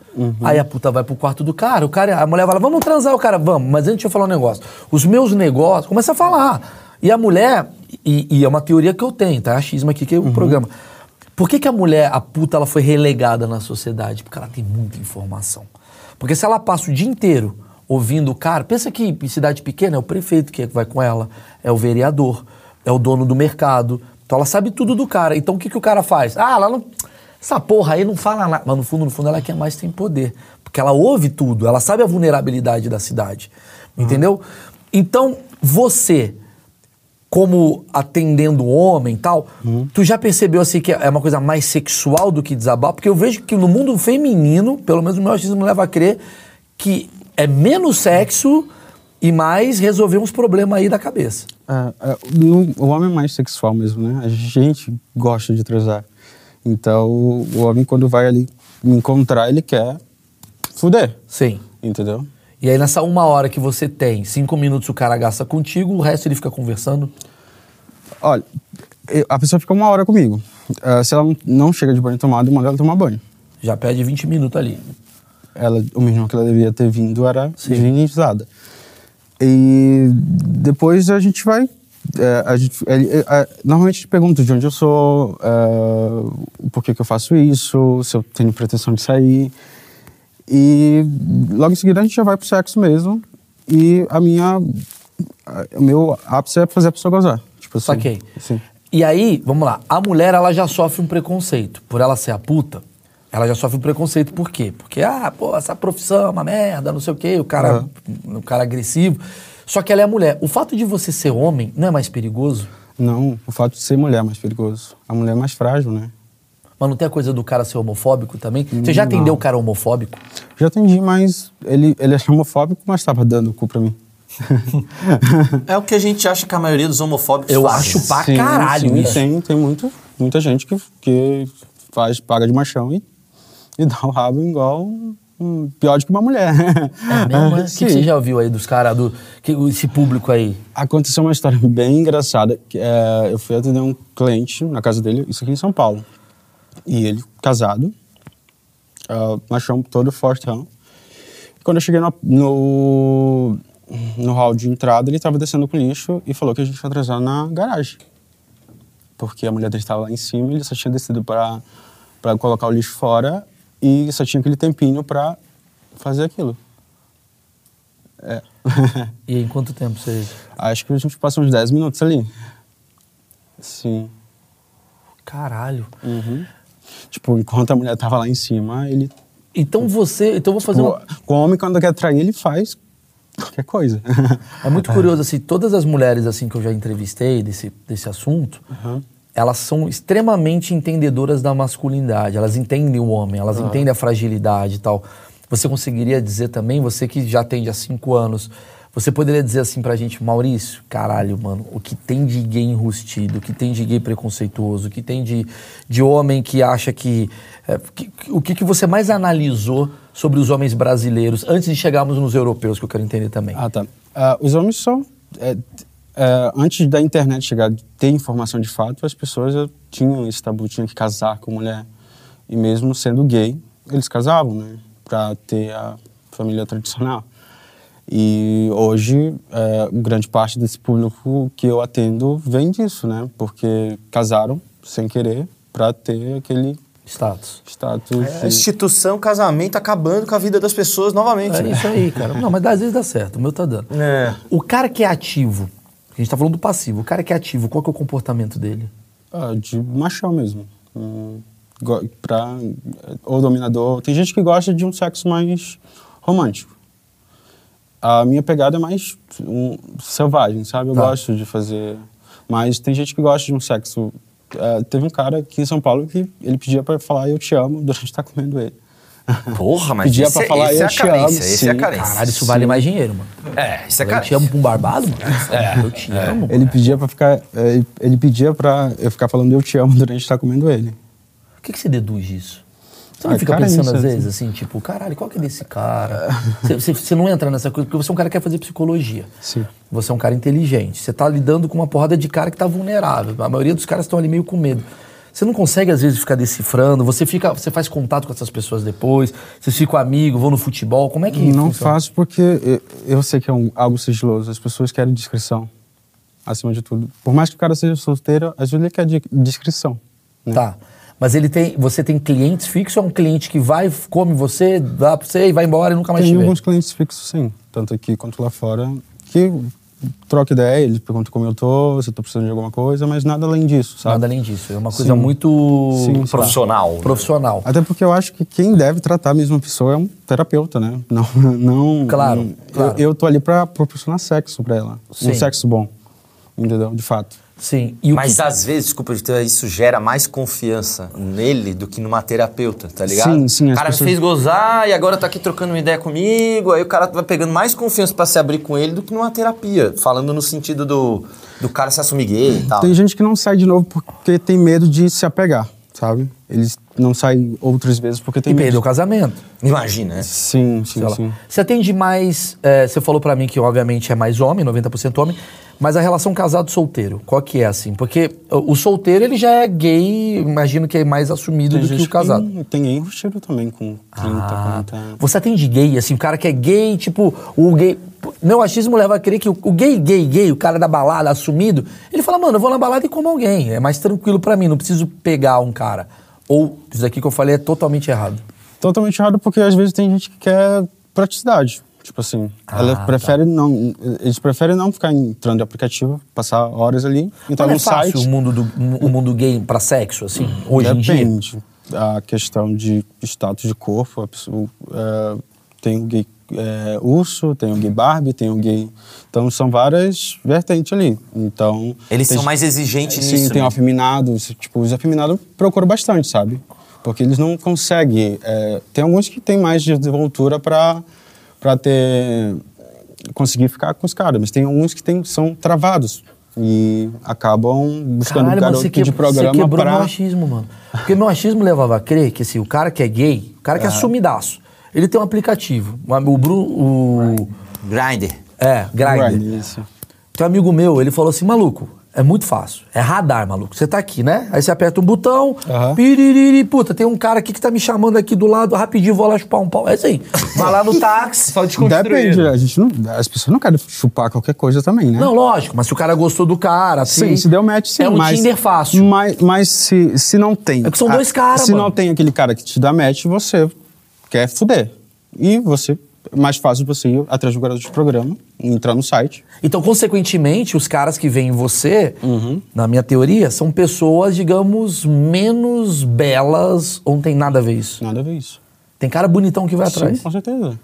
C: Aí a puta vai pro quarto do cara, o cara, a mulher fala, vamos transar, o cara, vamos, mas antes deixa eu falar um negócio. Os meus negócios, começa a falar. E a mulher, e, e é uma teoria que eu tenho, tá? É achismo aqui que é o programa. Por que, que a mulher, a puta, ela foi relegada na sociedade? Porque ela tem muita informação. Porque se ela passa o dia inteiro ouvindo o cara, pensa que em cidade pequena é o prefeito que vai com ela, é o vereador, é o dono do mercado. Então ela sabe tudo do cara. Então o que, que o cara faz? Ah, ela não. Essa porra aí não fala nada. Mas no fundo, no fundo, ela quer mais tem poder. Porque ela ouve tudo, ela sabe a vulnerabilidade da cidade. Entendeu? Então, você, como atendendo o homem e tal, tu já percebeu assim que é uma coisa mais sexual do que desabafo? Porque eu vejo que no mundo feminino, pelo menos o meu achismo leva a crer que é menos sexo e mais resolver uns problemas aí da cabeça.
B: É, é, no- o homem é mais sexual mesmo, né? A gente gosta de transar. Então, o homem, quando vai ali me encontrar, ele quer fuder,
C: Sim.
B: entendeu?
C: E aí nessa uma hora que você tem, cinco minutos o cara gasta contigo, o resto ele fica conversando.
B: Olha, eu- a pessoa fica uma hora comigo. Ah, se ela não- não chega de banho tomado, eu mando ela tomar banho.
C: Já perde 20 minutos ali.
B: ela, o mínimo que ela devia ter vindo era higienizada. E depois a gente vai. é, a gente, ele- é, é, normalmente eu te pergunto de onde eu sou, é, por que, que eu faço isso, se eu tenho pretensão de sair. E logo em seguida a gente já vai pro sexo mesmo. E a minha. a- O meu ápice é fazer a pessoa gozar. Tipo assim.
C: Saquei.
B: Sim.
C: E aí, vamos lá, a mulher ela já sofre um preconceito. Por ela ser a puta, ela já sofre um preconceito. Por quê? Porque, ah, pô, essa profissão é uma merda, não sei o quê, o cara, o cara é agressivo. Só que ela é mulher. O fato de você ser homem não é mais perigoso?
B: Não, o fato de ser mulher é mais perigoso. A mulher é mais frágil, né?
C: Mas não tem a coisa do cara ser homofóbico também? Você já atendeu o cara homofóbico?
B: Já atendi, mas ele, ele é homofóbico, mas tava dando o cu pra mim.
F: É o que a gente acha que a maioria dos homofóbicos
C: Eu
F: fazem.
C: acho pra caralho
B: sim,
C: isso.
B: Tem, tem muito, muita gente que, que faz, paga de machão e, e dá o rabo igual um- um- pior do que uma mulher.
C: É mesmo, né? O que, que você
B: Ah, Sim.
C: já ouviu aí dos caras, do, que- esse público aí?
B: Aconteceu uma história bem engraçada. Que, é, eu fui atender um cliente na casa dele, isso aqui em São Paulo. E ele, casado, ah, machão todo fortão. E quando eu cheguei no, no, no hall de entrada, ele estava descendo com lixo e falou que a gente ia atrasar na garagem. Porque a mulher dele estava lá em cima, ele só tinha descido para colocar o lixo fora e só tinha aquele tempinho para fazer aquilo. É.
C: E aí, em quanto tempo você.
B: Acho que a gente passou uns 10 minutos ali. Sim.
C: Caralho.
B: Tipo, enquanto a mulher tava lá em cima, ele.
C: Então você. Então eu vou fazer
B: O,
C: uma
B: o homem, quando quer trair, ele faz qualquer coisa.
C: É muito curioso, assim, todas as mulheres assim que eu já entrevistei desse, desse assunto, elas são extremamente entendedoras da masculinidade, elas entendem o homem, elas entendem a fragilidade e tal. Você conseguiria dizer também, você que já atende há cinco anos, você poderia dizer assim pra gente, Maurício, caralho, mano, o que tem de gay enrustido, o que tem de gay preconceituoso, o que tem de, de homem que acha que, é, que- que- O que, que você mais analisou sobre os homens brasileiros antes de chegarmos nos europeus, que eu quero entender também?
B: ah, tá. Ah, os homens são. é, é, antes da internet chegar, ter informação de fato, as pessoas eh, tinham esse tabu, tinham que casar com mulher. E mesmo sendo gay, eles casavam, né? Pra ter a família tradicional. E hoje, é, grande parte desse público que eu atendo vem disso, né? Porque casaram sem querer pra ter aquele
C: Status.
B: status.
F: A
B: de...
F: instituição, casamento, acabando com a vida das pessoas novamente.
C: É
F: né?
C: isso aí, cara. Não, mas às vezes dá certo. O meu tá dando.
F: É.
C: O cara que é ativo, a gente tá falando do passivo, o cara que é ativo, qual que é o comportamento dele?
B: Ah, de machão mesmo. Hum, go- pra, é, ou dominador. Tem gente que gosta de um sexo mais romântico. A minha pegada é mais um, selvagem, sabe? Eu
C: Tá.
B: gosto de fazer. Mas tem gente que gosta de um sexo. Ah, teve um cara aqui em São Paulo que ele pedia pra falar eu te amo durante estar comendo ele.
F: Porra, mas
B: Pedia
F: esse
B: pra
F: é-
B: falar
F: esse é
B: eu
F: a
B: te amo.
F: carência, esse é a
B: sim.
F: carência.
C: Caralho, Ah, isso vale mais dinheiro, mano.
F: É, isso é
C: Eu te
F: carência.
C: amo pra um barbado, mano? Eu te amo.
B: Ele pedia pra ficar. eh, Ele, ele pedia pra eu ficar falando eu te amo durante estar comendo ele.
C: O que, que você deduz disso? Você não
B: Ah,
C: fica
B: cara,
C: pensando
B: isso
C: às
B: é-
C: vezes assim, tipo, caralho, qual que é desse cara? Você- Você você não entra nessa coisa, porque você é um cara que quer fazer psicologia.
B: Sim.
C: Você é um cara inteligente. Você tá lidando com uma porrada de cara que tá vulnerável. A maioria dos caras estão ali meio com medo. Você não consegue, às vezes, ficar decifrando, você fica, você faz contato com essas pessoas depois, vocês ficam amigos, vão no futebol. Como é que
B: Não
C: funciona?
B: faço porque eu, eu sei que é um, algo sigiloso. As pessoas querem discrição. acima de tudo. Por mais que o cara seja solteiro, ajuda ele que é de descrição. né?
C: Tá. Mas ele tem, você tem clientes fixos ou é um cliente que vai, come você, dá pra você e vai embora e nunca mais te
B: Tem
C: vê?
B: alguns clientes fixos, sim. Tanto aqui quanto lá fora. Que troca ideia, eles perguntam como eu tô, se eu tô precisando de alguma coisa, mas nada além disso, sabe?
C: Nada além disso. É uma coisa
B: Sim.
C: muito
B: Sim, sim.
F: Profissional. né?
C: profissional.
B: Até porque eu acho que quem deve tratar a mesma pessoa é um terapeuta, né? Não, não.
C: Claro,
B: não-
C: claro.
B: Eu, eu tô ali pra proporcionar sexo pra ela.
C: Sim.
B: Um sexo bom. Entendeu? De fato.
C: Sim. E o
F: Mas
B: tá
C: que-
F: às vezes, desculpa, Vitor, isso gera mais confiança nele do que numa terapeuta, tá ligado?
B: Sim, sim,
F: O
B: as
F: cara me
B: pessoas-
F: fez gozar e agora tá aqui trocando uma ideia comigo. Aí o cara vai pegando mais confiança pra se abrir com ele do que numa terapia. Falando no sentido do, do cara se assumir gay e tal.
B: Tem gente que não sai de novo porque tem medo de se apegar, sabe? Eles não saem outras vezes porque tem
C: e
B: medo.
C: perdeu o casamento.
F: Imagina, né?
B: Sim, sim,
C: sei lá.
B: sim.
C: Você atende mais. é, você falou pra mim que, obviamente, é mais homem, 90% homem, mas a relação casado-solteiro, qual que é assim? Porque o o solteiro, ele já é gay, imagino que é mais assumido do que
B: gente tá
C: o casado.
B: Tem, tem gay rocheiro também com 30,
C: Ah,
B: 40.
C: Você atende gay, assim, o cara que é gay, tipo, o gay. Meu achismo leva a crer que o, o gay, gay, gay, o cara da balada assumido, ele fala, mano, eu vou na balada e como alguém. É mais tranquilo pra mim, não preciso pegar um cara. Ou isso aqui que eu falei é totalmente errado.
B: Totalmente errado porque às vezes tem gente que quer praticidade. Tipo assim,
C: Ah,
B: ela
C: tá.
B: prefere não. Eles preferem não ficar entrando de aplicativo, passar horas ali. Então
C: Não
B: no
C: é fácil
B: site. Hum,
C: o mundo, do, o mundo gay pra sexo, assim, hoje em dia.
B: Depende da questão de status de corpo. a pessoa, é, tem o gay é, urso, tem o gay Barbie, tem o gay. Então são várias vertentes ali. Então.
F: Eles
B: tem
F: são
B: ge-
F: mais exigentes
B: Sim,
F: nisso.
B: tem
F: né?
B: o afeminado. se- Tipo, os afeminados procuram bastante, sabe? Porque eles não conseguem. é, tem alguns que têm mais desenvoltura para para ter conseguir ficar com os caras, mas tem alguns que tem, são travados e acabam buscando
C: Caralho, mano,
B: garoto
C: você, que,
B: de
C: você
B: programa
C: quebrou
B: para
C: meu achismo, mano. Porque meu achismo levava a crer que assim, o cara que é gay, o cara
B: Ah.
C: que é sumidaço, ele tem um aplicativo. O Bruno. O,
F: Grindr.
C: é, Grindr.
B: Grindr, isso.
C: Tem um amigo meu, ele falou assim, maluco, é muito fácil. É radar, maluco. Você tá aqui, né? Aí você aperta um botão,
B: Aham.
C: piriri, puta, tem um cara aqui que tá me chamando aqui do lado, rapidinho, vou lá chupar um pau. É isso aí. Vai lá no táxi.
D: Só
B: Depende,
D: desconstruído.
B: a gente não, as pessoas não querem chupar qualquer coisa também, né?
C: Não, lógico, mas se o cara gostou do cara,
B: Sim,
C: assim,
B: se deu match, sim.
C: É um
B: mas, Hum.
C: Tinder fácil.
B: Mas, mas se, se não tem...
C: É que são dois caras,
B: Se
C: mano.
B: não tem aquele cara que te dá match, você quer fuder. E você... é Mais fácil você ir atrás do garoto de programa, entrar no site.
C: Então, consequentemente, os caras que veem você,
B: Uhum.
C: na minha teoria, são pessoas, digamos, menos belas ou não tem nada a ver isso.
B: Nada a ver isso.
C: Tem cara bonitão que vai atrás.
B: Sim, com certeza.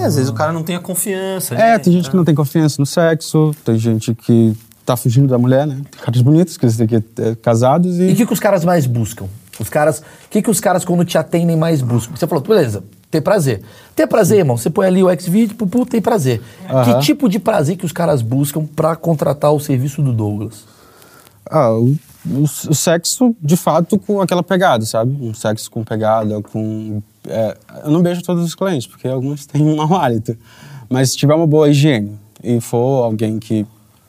F: É, às vezes o cara não tem a confiança.
B: É,
C: tá.
B: tem gente que não tem confiança no sexo, tem gente que tá fugindo da mulher, né? Tem caras bonitos que você tem que é, casados
C: E o
B: e...
C: que, que os caras mais buscam? Os caras. O que, que os caras, quando te atendem, mais buscam? Você falou, beleza, ter prazer. Ter prazer, irmão, você põe ali o X-Video, pupu, tem prazer. Que tipo de prazer que os caras buscam pra contratar o serviço do Douglas?
B: Ah, o, o, o sexo, de fato, com aquela pegada, sabe? Um sexo com pegada, com... é, eu não beijo todos os clientes, porque alguns têm um mau hálito. Mas se tiver uma boa higiene e for alguém que,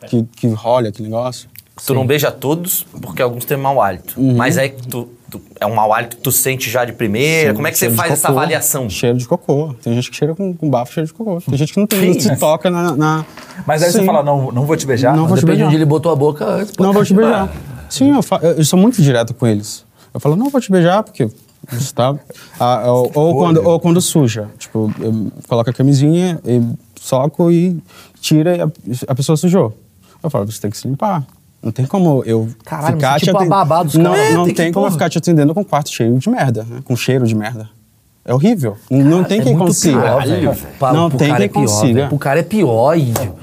B: que, que rola aquele negócio...
F: Tu não beija todos, porque alguns têm mau hálito.
B: Uhum.
F: Mas aí tu, tu- é um mau hálito que tu sente já de primeira. Como é que você
B: cheiro de
F: faz essa
B: cocô,
F: avaliação?
B: Cheiro de cocô. Tem gente que cheira com, com bafo, cheiro de cocô. Tem gente que não tem,
F: Que
B: não se
F: isso?
B: toca na... na-
D: Mas aí você
B: Sim.
D: fala, não, não vou te beijar.
B: Não vou te
C: Depende de
B: beijar.
C: onde ele botou a boca antes. pô.
B: Não vou te beijar. Sim, eu, fa- eu sou muito direto com eles. Eu falo, não vou te beijar, porque você tá. Ah, ou, ou, quando, ou quando suja. Tipo, eu coloco a camisinha, e soco e tira e a, a pessoa sujou. Eu falo, você tem que se limpar. Não tem como eu
C: Caralho, mas
B: ficar
C: você é tipo
B: aten-
C: a babá dos
B: Não,
C: caras.
B: não
C: É, tem
B: tem,
C: que
B: como eu
C: porra.
B: ficar te atendendo com um quarto cheio de merda, né? com cheiro de merda. É horrível. não tem
C: é
B: quem
C: muito
B: consiga.
C: Pior, velho. Pa-
B: não
C: pro
B: tem
C: cara
B: quem
C: é pior,
B: consiga.
C: velho. Pro cara é pior, índio.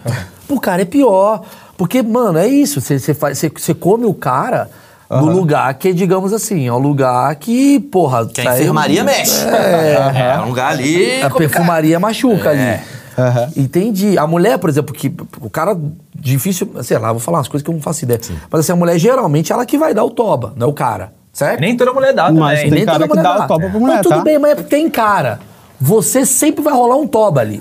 C: Pro cara é pior. Porque, mano, é isso. Você- Você faz- você- você come o cara no lugar que, digamos assim, é um lugar que, porra... tá
F: Que a
C: um-
F: enfermaria mexe. É, é um lugar ali.
C: A perfumaria machuca
F: É.
C: ali.
B: Aham.
C: Entendi. A mulher, por exemplo, que o cara difícil, sei lá, vou falar umas coisas que eu não faço ideia. Mas assim, a mulher geralmente ela que vai dar o toba, não é o cara, certo?
D: Nem toda mulher dá
B: Mas
D: também.
B: tem
C: É toda
B: cara que
C: mulher
B: dá o toba pra mulher,
C: Mas tudo
B: tá?
C: bem, mas é porque tem cara. Você sempre vai rolar um toba ali.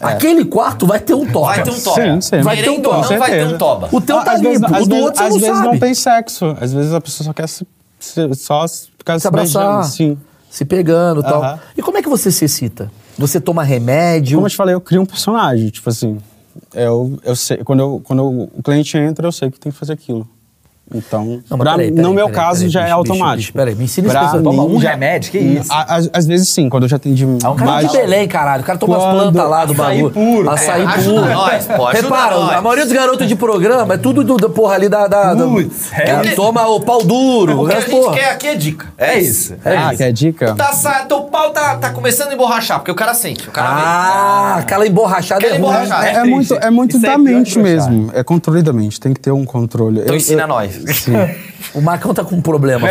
C: Aquele quarto vai ter um toba.
F: Vai ter um toba.
B: Sim, sim.
F: Vai ter um
C: Com
F: toba. Não vai ter
B: certeza.
F: um toba.
C: O teu
B: Ah,
C: tá
B: às vezes-
C: limpo,
B: às
C: o do
B: vezes-
C: outro você
B: Às
C: não
B: vezes
C: sabe.
B: não tem sexo. Às vezes a pessoa só quer se, se- só se- ficar se,
C: se abraçar,
B: beijando. Sim.
C: se pegando e tal.
B: Aham.
C: E como é que você se excita? Você toma remédio?
B: Como eu te falei, eu crio um personagem. Tipo assim, eu, eu sei, quando, eu, quando eu- o cliente entra, eu sei que tem que fazer aquilo. Então,
C: Não, mas
B: pra-
C: peraí,
B: no
C: peraí,
B: meu
C: peraí,
B: caso,
C: peraí,
B: já é
C: bicho, bicho,
B: automático.
C: bicho, peraí, me ensina
B: Pra
C: isso, pessoal.
D: Toma
B: mim,
D: um
B: já-
D: remédio, que isso?
B: a- Às, às vezes sim, quando eu já atendi
C: um Cara de Belém, caralho. O cara toma as
B: Quando-
C: plantas lá do
B: Açaí
C: bagulho.
B: puro.
C: Açaí
F: É, ajuda
C: puro.
F: nós, pô, ajuda
C: Repara,
F: nós.
C: a maioria dos garotos de programa é tudo do, da porra ali da... da, da-
D: Putz, é
C: Cara,
F: isso.
C: Toma o pau duro.
F: O que a
C: né,
F: gente
C: porra.
F: quer aqui é dica. É isso.
B: Ah, quer dica?
F: Tá, sa- teu pau tá, tá começando a emborrachar, porque o cara sente. O cara vê.
C: Ah, aquela emborrachada
F: Aquela
C: é ruim.
F: emborrachada.
B: É, é
D: triste.
B: muito, é muito
D: Isso é
B: da
D: pior que
B: mente
D: broxar.
B: mesmo. É controle da mente. Tem que ter um controle.
F: Então
B: Eu-
F: ensina
B: eu-
F: nós.
C: O Marcão tá com um problema.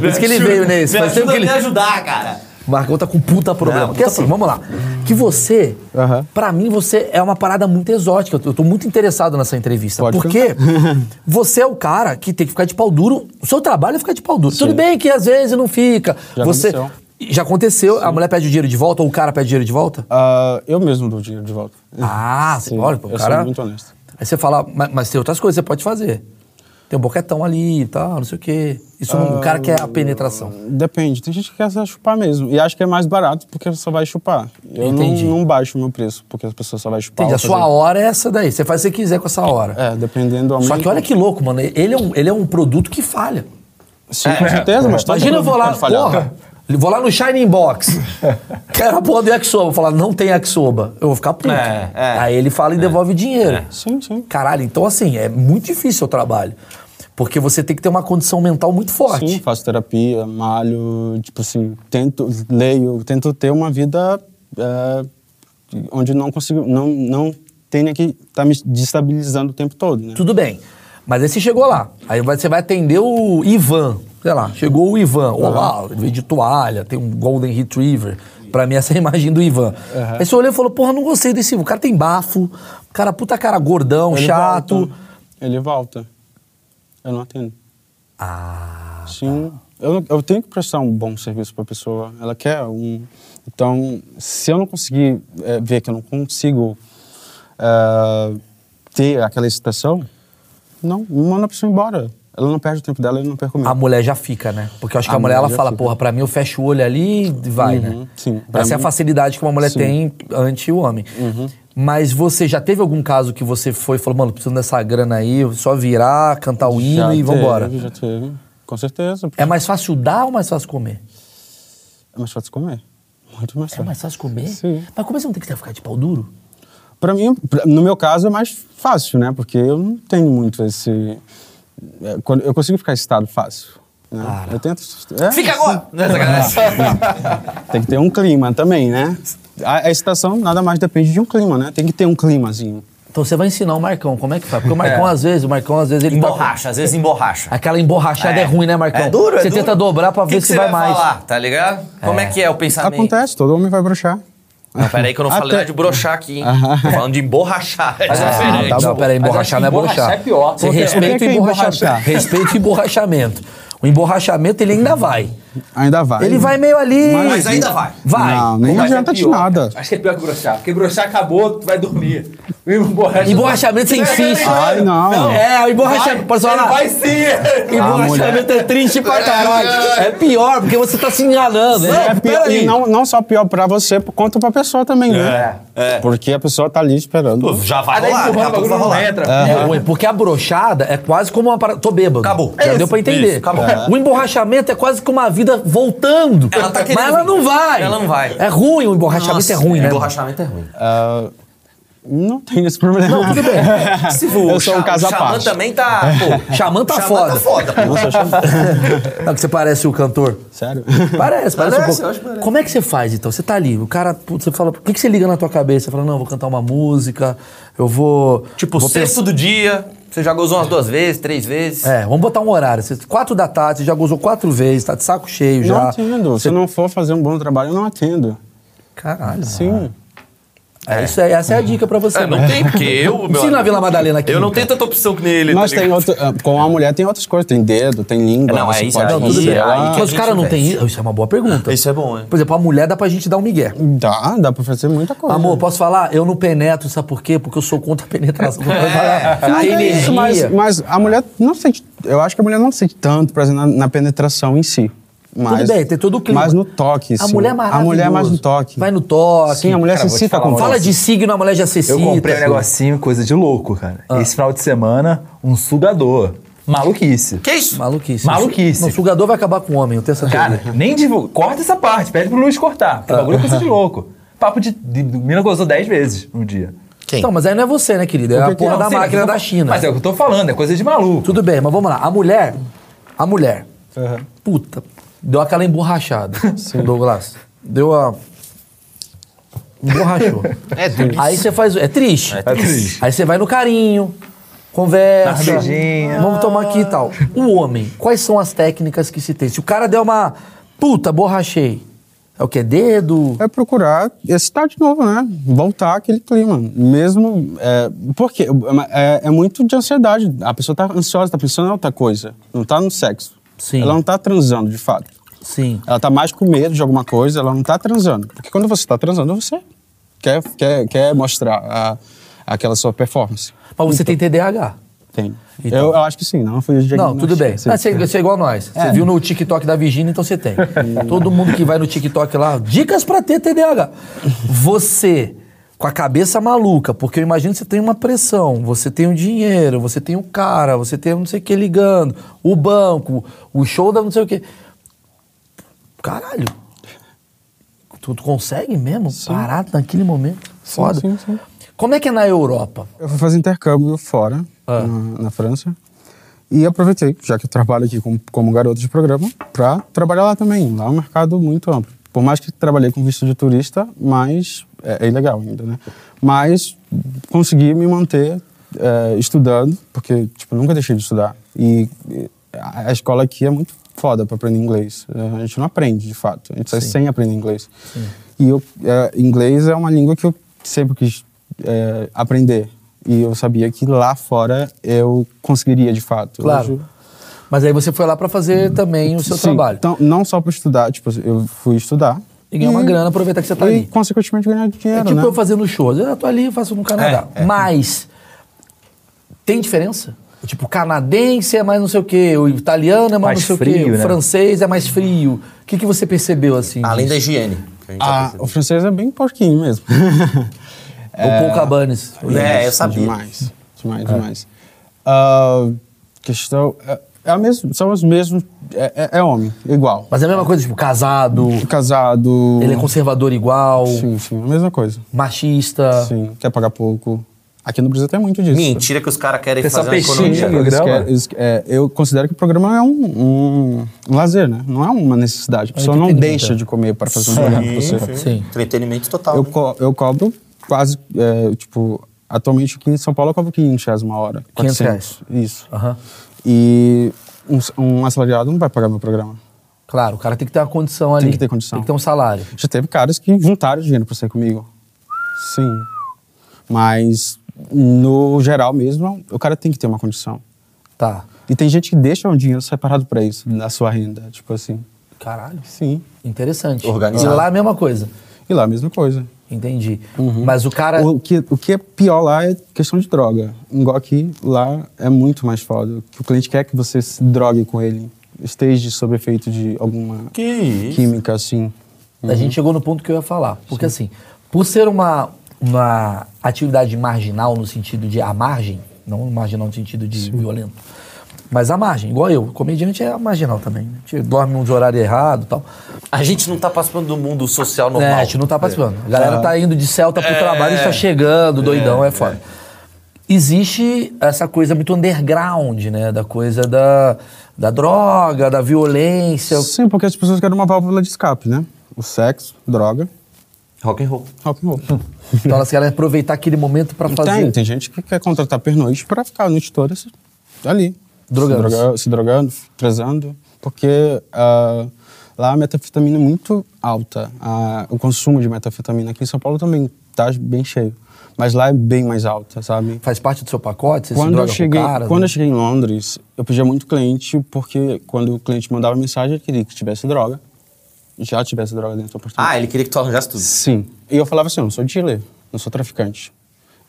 C: Por isso que ele veio nesse.
F: Me
C: Faz tempo
F: ajuda
C: que
F: a
C: ele...
F: me ajudar, cara.
C: O Marcão tá com puta problema. Porque assim, vamos lá. Que você,
B: Aham.
C: pra mim, você é uma parada muito exótica. Eu tô- Eu tô muito interessado nessa entrevista.
B: Pode
C: porque você é o cara que tem que ficar de pau duro. O seu trabalho é ficar de pau duro. Tudo bem que às vezes não fica.
B: Já
C: você.
B: aconteceu.
C: Já aconteceu, a mulher pede o dinheiro de volta ou o cara pede o dinheiro de volta?
B: Ah, eu mesmo dou o dinheiro de volta.
C: Ah, você
B: Sim,
C: olha, pô, o
B: eu
C: cara.
B: sou muito honesto.
C: Aí você fala, mas, mas tem outras coisas que você pode fazer. Tem um boquetão ali e tal, não sei o quê. Isso não- o cara quer a
B: Ah,
C: penetração.
B: Depende. Tem gente que quer só chupar mesmo. E acha que é mais barato porque só vai chupar. Eu não-
C: Entendi.
B: Não, baixo o meu preço porque as pessoas só vai chupar.
C: Entende? A
B: ou
C: sua
B: fazer-
C: hora é essa daí. Você faz o que você quiser com essa hora.
B: É, dependendo do aumento.
C: Só que olha que louco, mano. Ele é um, ele é um produto que falha.
B: Sim, com certeza, mas todo
C: é, Imagina eu vou
B: produto
C: lá,
B: pode falhar.
C: porra. Vou lá no Shining Box. Quero a porra do Yakisoba. Vou falar, não tem Yakisoba. Eu vou ficar puto.
F: É, é.
C: Aí ele fala e devolve o dinheiro.
B: Sim, sim.
C: Caralho, então assim, é muito difícil o trabalho. Porque você tem que ter uma condição mental muito forte.
B: Sim, faço terapia, malho, tipo assim, tento, leio, tento ter uma vida é, onde não consigo, não, não tenha que estar me destabilizando o tempo todo, né?
C: Tudo bem. Mas aí você chegou lá. Aí vai- você vai atender o Ivan. Sei lá, chegou o Ivan. Olá, ele veio de toalha, tem um Golden Retriever. Pra mim, essa é a imagem do Ivan. Aí você olhou e falou: Porra, não gostei desse. O cara tem bafo. O cara, puta cara, gordão,
B: Ele
C: chato.
B: volta. Ele volta. Eu não atendo. Ah. Sim. Eu, não- eu tenho que prestar um bom serviço para a pessoa. Ela quer um. Então, se eu não conseguir eh, ver que eu não consigo eh, ter aquela excitação, não, manda a pessoa embora. Ela não perde o tempo dela, ele não perde o meu.
C: A mulher já fica, né? Porque eu acho que a,
B: A
C: mulher,
B: mulher
C: ela
B: já
C: fala,
B: fica.
C: porra, pra mim eu fecho o olho ali e vai, né?
B: Uhum, sim. Pra
C: Essa é a
B: mim-
C: facilidade que uma mulher
B: sim. Uhum.
C: tem ante o homem. Mas você já teve algum caso que você foi e falou, mano, precisando dessa grana aí, só virar, cantar o hino
B: Já
C: e vambora?
B: teve, Já teve, com certeza.
C: É mais fácil dar ou mais fácil comer?
B: É mais fácil comer. Muito mais
C: É
B: fácil.
C: mais fácil comer?
B: Sim.
C: Mas como você não tem que ficar de pau duro?
B: Pra mim, pra- no meu caso, é mais fácil, né? Porque eu não tenho muito esse. é, quando- Eu consigo ficar excitado fácil. Né? Eu tento. é,
F: Fica agora! Não, sacanagem.
B: Tem que ter um clima também, né? A, a excitação nada mais depende de um clima, né? Tem que ter um climazinho.
C: Então você vai ensinar o Marcão como é que faz. Porque o Marcão, às vezes, o Marcão, às vezes, ele tá com-
F: Emborracha, às vezes emborracha.
C: Aquela emborrachada é, ruim, né, Marcão?
F: É duro, é
C: Você
F: duro.
C: tenta dobrar pra
F: Que
C: ver
F: que
C: se
F: você
C: vai mais.
F: Falar, tá ligado? Como é que é o pensamento?
B: Acontece, todo homem vai brochar.
F: Não, peraí que eu não falei
B: Até-
F: nada de brochar aqui, hein? Tô falando de emborrachar. É diferente.
C: Tá bom, peraí,
D: Mas
C: emborrachar
D: acho
C: não é
D: que emborrachar
C: brochar.
D: é pior.
C: Você
D: Porque-
B: o
C: respeita
B: que
C: o
B: é
C: emborrachar.
B: emborrachar?
C: Respeita o emborrachamento. O emborrachamento, ele ainda vai.
B: Ainda vai.
C: Ele vai meio ali.
F: Mas ainda vai.
C: Vai.
B: Não, nem
D: Mas é
B: adianta de
D: pior,
B: nada.
D: cara. Acho que é pior que broxar. Porque broxar acabou, tu vai dormir. E um borracha- é
C: Emborrachamento você insiste.
B: Ai, não.
C: É, o emborrachamento.
D: Vai,
C: Posso falar?
D: ele vai Ah, sim!
C: Emborrachamento é triste pra caralho. É pior, porque você tá se enganando. Não,
B: É pior,
C: peraí.
B: e não, não só pior pra você, quanto pra pessoa também, né?
F: É, é.
B: Porque a pessoa tá ali esperando.
F: Já vai
D: Aí
F: rolar,
D: empurrando, o
F: daqui a pouco
D: bagulho
F: vai
D: não
F: rolar.
D: entra.
C: É ruim, porque a brochada é quase como uma parada. Tô bêbado.
F: Acabou.
C: Já
F: É
C: deu
F: isso,
C: pra entender.
F: isso, acabou.
C: O emborrachamento é quase que uma vida voltando.
F: Ela tá querendo
C: mas ela
F: vir.
C: não vai.
F: Ela não vai.
C: É ruim, o emborrachamento é ruim, né?
F: Emborrachamento é ruim.
B: Ah, não tem esse problema. Não, tudo bem.
F: Se
B: eu sou um caso à
F: Xamã
B: parte.
F: também tá. Pô,
C: Xamã tá foda.
F: tá foda. tá pô.
B: Nossa, eu chamo...
C: Não, que você parece o cantor.
B: Sério?
C: Parece, parece, um
F: Parece,
C: pouco.
F: eu acho que parece.
C: Como é que você faz, então? Você tá ali, o cara, putz, você fala, o que, que você liga na tua cabeça? Você fala, não, eu vou cantar uma música, eu vou...
F: Tipo,
C: vou
F: sexto do dia, você já gozou umas duas vezes, três vezes.
C: É, vamos botar um horário. Você- quatro da tarde, você já gozou quatro vezes, tá de saco cheio
B: Não
C: já.
B: atendo. Se eu não for fazer um bom trabalho, eu não atendo.
C: Caralho.
B: Sim.
C: É, isso aí, essa é a dica pra você.
F: É, não
C: né?
F: tem, porque eu.
C: Ensina
F: amigo,
C: a Vila Madalena aqui.
F: Eu não tenho tanta opção que nele.
B: Mas
F: tá
B: tem
F: ligado?
B: outro, ah, com a mulher tem outras coisas. Tem dedo, tem língua.
F: Não, é
B: você
F: isso,
B: pode
F: é
B: fazer Ah,
F: isso, é
B: lá.
F: aí
C: Mas os
F: a
C: caras
F: gente
C: não têm
F: investe.
C: isso? Isso é uma boa pergunta.
F: Isso é bom, hein?
C: Por exemplo, a mulher dá pra gente dar um migué.
B: Uhum. Dá, dá pra fazer muita coisa.
C: Amor, posso falar? Eu não penetro, sabe por quê? Porque eu sou contra a penetração. É,
B: Mas, é isso, mas, mas a mulher não sente. Eu acho que a mulher não sente tanto prazer na, na penetração em si. Mas,
C: Tudo bem, tem todo o clima.
B: Mas no toque,
C: A
B: sim.
C: mulher é maravilhosa.
B: A mulher é mais no toque.
C: Vai no toque.
B: Sim, a mulher
D: Cara,
B: se
D: vou te
B: cita
D: falar
B: com
D: um
B: toque.
C: Fala de signo, a mulher já se
D: Eu comprei um
C: cita.
D: negocinho, coisa de louco, cara.
C: Ah.
D: Esse final de semana, um sugador. Maluquice.
F: Que isso?
C: Maluquice.
D: Maluquice.
C: Não, o sugador vai acabar com o homem, eu tenho essa
D: Cara,
C: teoria.
D: nem divulga. Corta essa parte, pede pro Luiz cortar.
C: Ah.
D: Porque o bagulho é coisa de louco. Papo de. de o Mina gozou 10 vezes no dia.
F: Quem?
C: Então, mas aí não é você, né, querida? É a porra
D: um Não,
C: da
D: sei, mas
C: máquina
D: eu tô-
C: da China.
D: Mas é o que eu tô falando, é coisa de maluco.
C: Tudo bem, mas vamos lá. A mulher. A mulher. Puta. Deu aquela emborrachada. Douglas. Deu a. Emborrachou.
F: É duro.
C: Aí você faz. É triste.
D: É triste.
C: Aí você vai no carinho,
D: Dá
C: conversa.
D: uma beijinha.
C: Vamos tomar aqui e tal. O homem, quais são as técnicas que se tem? Se o cara der uma. Puta, borrachei. É o quê? Dedo?
B: É procurar excitar de novo, né? Voltar aquele clima. Mesmo. É, porque é, é muito de ansiedade. A pessoa tá ansiosa, tá pensando em outra coisa. Não tá no sexo.
C: Sim.
B: Ela não tá transando, de fato.
C: Sim.
B: Ela tá mais com medo de alguma coisa, ela não tá transando. Porque quando você tá transando, você quer, quer, quer mostrar a- aquela sua performance.
C: Mas você
D: Então.
C: tem TDAH.
B: Tem.
C: Então.
B: Eu, eu acho que sim, não foi o
C: Não, tudo bem.
B: Sim.
C: Mas Você, você é igual a nós. Você viu no TikTok da Virginia, então você tem. Todo mundo que vai no TikTok lá, dicas pra ter TDAH. Você, com a cabeça maluca, porque eu imagino que você tem uma pressão, você tem o dinheiro, você tem o cara, você tem não sei o que ligando, o banco, o show da não sei o que. Caralho. Tu, tu consegue mesmo parar naquele momento? Foda.
B: sim, sim.
C: Como é que é na Europa?
B: Eu fui fazer intercâmbio fora,
C: Ah.
B: na, na França. E aproveitei, já que eu trabalho aqui como, como garoto de programa, para trabalhar lá também. Lá é um mercado muito amplo. Por mais que trabalhei com visto de turista, mas é, é ilegal ainda, né? Mas consegui me manter é, estudando, porque tipo, nunca deixei de estudar. E e a a escola aqui é muito foda para aprender inglês. É, A gente não aprende, de fato. A gente sai sem aprender inglês. E eu, é, inglês é uma língua que eu sempre quis é, aprender. E eu sabia que lá fora eu conseguiria de fato.
C: Claro.
B: Hoje-
C: Mas aí você foi lá pra fazer também o seu
B: Sim,
C: trabalho.
B: Então, não só para estudar, tipo, eu fui estudar.
C: E ganhar uma grana, aproveitar que você tá
B: e,
C: ali.
B: consequentemente, ganhar dinheiro,
C: é tipo
B: né?
C: eu fazendo shows. Eu tô ali, faço no Canadá. Mas tem diferença? Tipo, canadense é mais não sei o quê, o italiano é mais,
D: Mais
C: não sei o quê,
D: frio,
C: o
D: né?
C: francês é mais frio. O que, que você percebeu assim?
F: Além da
C: disso?
F: higiene. que a gente
B: Ah, o francês é bem porquinho mesmo.
C: O Paul Cabanes.
F: É, eu sabia. É.
B: Demais, demais, demais. Ah, questão... É, é a mesma, são os mesmos... É, é- é homem, igual.
C: Mas é a mesma coisa, tipo, casado,
B: Casado...
C: ele é conservador igual,
B: Sim, sim, a mesma coisa.
F: Ah.
C: machista.
B: Sim, quer pagar pouco. Aqui no Brasil tem muito disso.
F: Mentira que os caras querem
D: Pessoal
F: fazer uma
D: peixinho,
F: economia.
D: né?
B: Eles
D: programa?
B: querem- eles- é, eu considero que o programa é um, um lazer, né? Não é uma necessidade. A pessoa não
C: entretenimento.
B: deixa de comer para fazer um programa com você.
C: Sim.
F: Entretenimento total.
B: Eu,
F: né?
B: co- eu cobro quase, é, tipo, atualmente aqui em São Paulo eu cobro 500 reais uma hora.
C: 500
B: 400, Isso.
C: Aham.
B: E um, s- um assalariado não vai pagar meu programa.
C: Claro, o cara tem que ter uma condição ali.
B: que ter condição.
C: Tem que ter um salário.
B: Já teve caras que juntaram dinheiro pra sair comigo. Sim. Mas, no geral mesmo, o cara tem que ter uma condição.
C: Tá.
B: E tem gente que deixa um dinheiro separado pra isso, da sua renda. Tipo assim.
C: Caralho.
B: Sim.
C: Interessante.
F: Organizado.
C: E lá é a mesma coisa.
B: E lá a mesma coisa.
C: Entendi. Mas o cara.
B: O que, o que é pior lá é questão de droga. Igual aqui, lá é muito mais foda. O cliente quer é que você se drogue com ele. Esteja sob efeito de alguma
E: Que isso?
B: química, assim.
C: A gente chegou no ponto que eu ia falar. Porque assim, por ser uma, uma atividade marginal no sentido de a margem, não marginal no sentido de violento, mas a margem, igual eu. Comediante é marginal também. Né? A gente dorme num horário errado e tal.
F: A gente não tá participando do mundo social
C: É,
F: normal.
C: a gente não tá participando. A galera tá indo de Celta pro trabalho, está chegando, doidão, é, foda. Existe essa coisa muito underground, né? Da coisa da, da droga, da violência.
B: Sim, porque as pessoas querem uma válvula de escape, né? O sexo, droga,
F: Rock and roll.
B: rock and roll.
C: Então elas querem aproveitar aquele momento para fazer.
B: Tem, tem gente que quer contratar pernoite pra ficar a noite toda se- ali.
C: Drogando.
B: Se, droga- se drogando, transando. Porque ah, lá a metafetamina é muito alta. Ah, o consumo de metafetamina aqui em São Paulo também tá bem cheio. Mas lá é bem mais alta, sabe?
C: Faz parte do seu pacote? Você se
B: Quando eu,
C: droga
B: cheguei,
C: com caras,
B: quando
C: né?
B: eu cheguei em Londres, eu pedia muito cliente, porque quando o cliente mandava mensagem, ele queria que tivesse droga. Já tivesse droga dentro do apartamento.
F: Ah, ele queria que tu arranjasse tudo.
B: Sim. E eu falava assim, eu não sou dealer, não sou traficante.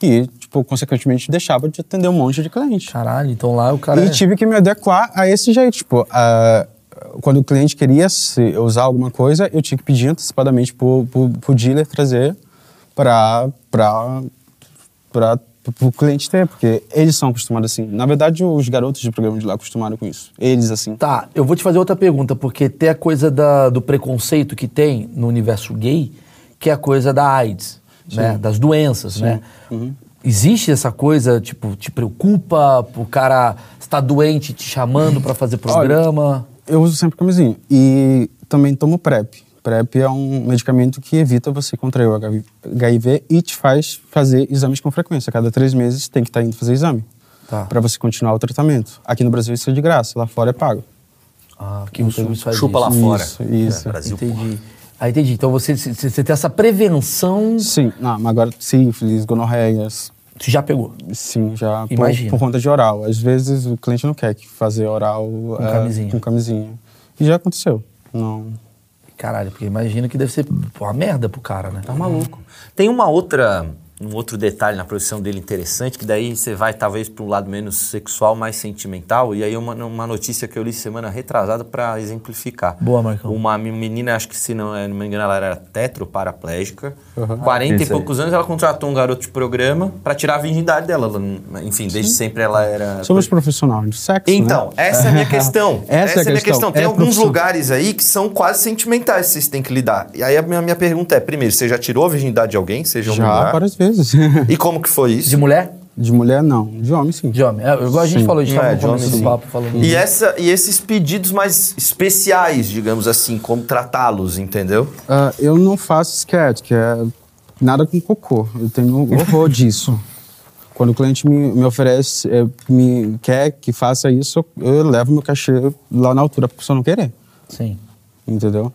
B: E, tipo, consequentemente, deixava de atender um monte de cliente.
C: Caralho, então lá o cara.
B: e
C: é-
B: tive que me adequar tipo, a esse jeito, tipo, a- quando o cliente queria se- usar alguma coisa, eu tinha que pedir antecipadamente pro, pro, pro dealer trazer pra, pra, pra, pro cliente ter, porque eles são acostumados assim. Na verdade, os garotos de programa de lá acostumaram com isso. Eles, assim.
C: Tá, eu vou te fazer outra pergunta, porque tem a coisa da- do preconceito que tem no universo gay, que é a coisa da AIDS, né? Das doenças, né? Existe essa coisa, tipo, te preocupa, o cara está doente te chamando pra fazer programa?
B: Eu uso sempre camisinha. E também tomo PrEP. PrEP é um medicamento que evita você contrair o HIV HIV e te faz fazer exames com frequência. A cada três meses tem que estar indo fazer exame.
C: Tá.
B: Pra você continuar o tratamento. Aqui no Brasil isso é de graça, lá fora é pago.
C: Ah, que o SUS faz
F: Chupa
C: isso.
F: lá fora.
B: Isso, isso.
F: Brasil,
C: Entendi. Ah, entendi. Então você, c- c- você tem essa prevenção,
B: Sim, não, mas agora sífilis, gonorreias,
C: você já pegou.
B: sim, já por,
C: Imagino.
B: por conta de oral. Às vezes o cliente não quer que fazer oral com,
C: camisinha.
B: com camisinha. E já aconteceu. Não.
C: Caralho, porque imagino que deve ser pô, uma merda pro cara, né? Tá maluco.
F: Tem uma outra, um outro detalhe na profissão dele interessante, que daí você vai talvez para um lado menos sexual, mais sentimental. E aí uma, uma notícia que eu li semana retrasada para exemplificar.
C: Boa, Marcão.
F: Uma menina, acho que se não, é- não me engano, ela era tetroparaplégica. 40 e
D: Isso aí.
F: poucos anos, ela contratou um garoto de programa para tirar a virgindade dela. Ela não- enfim, desde sempre ela era...
B: Somos profissionais do sexo, né?
F: Então, essa é a minha questão.
B: Essa é a
F: a minha
B: questão.
F: questão. Tem
B: É
F: alguns
B: profissão.
F: lugares aí que são quase sentimentais que vocês têm que lidar. E aí a minha, minha pergunta é, primeiro, você já tirou a virgindade de alguém? Seja um
B: Já,
F: lugar?
B: várias vezes.
F: E como que foi isso?
C: De mulher?
B: De mulher, não. De homem, sim.
C: De homem. É, igual a gente
B: Sim. é-
C: falou, a gente
F: É,
C: tava no
F: de homem,
C: começo do
F: sim.
C: papo falando
F: E, essa, e esses pedidos mais especiais, digamos assim, como tratá-los, entendeu?
B: Ah, eu não faço sketch, que é nada com cocô. Eu tenho horror disso. Quando o cliente me, me oferece, eh, me quer que faça isso, eu, eu levo meu cachê lá na altura, porque eu não querer.
C: Sim.
B: entendeu?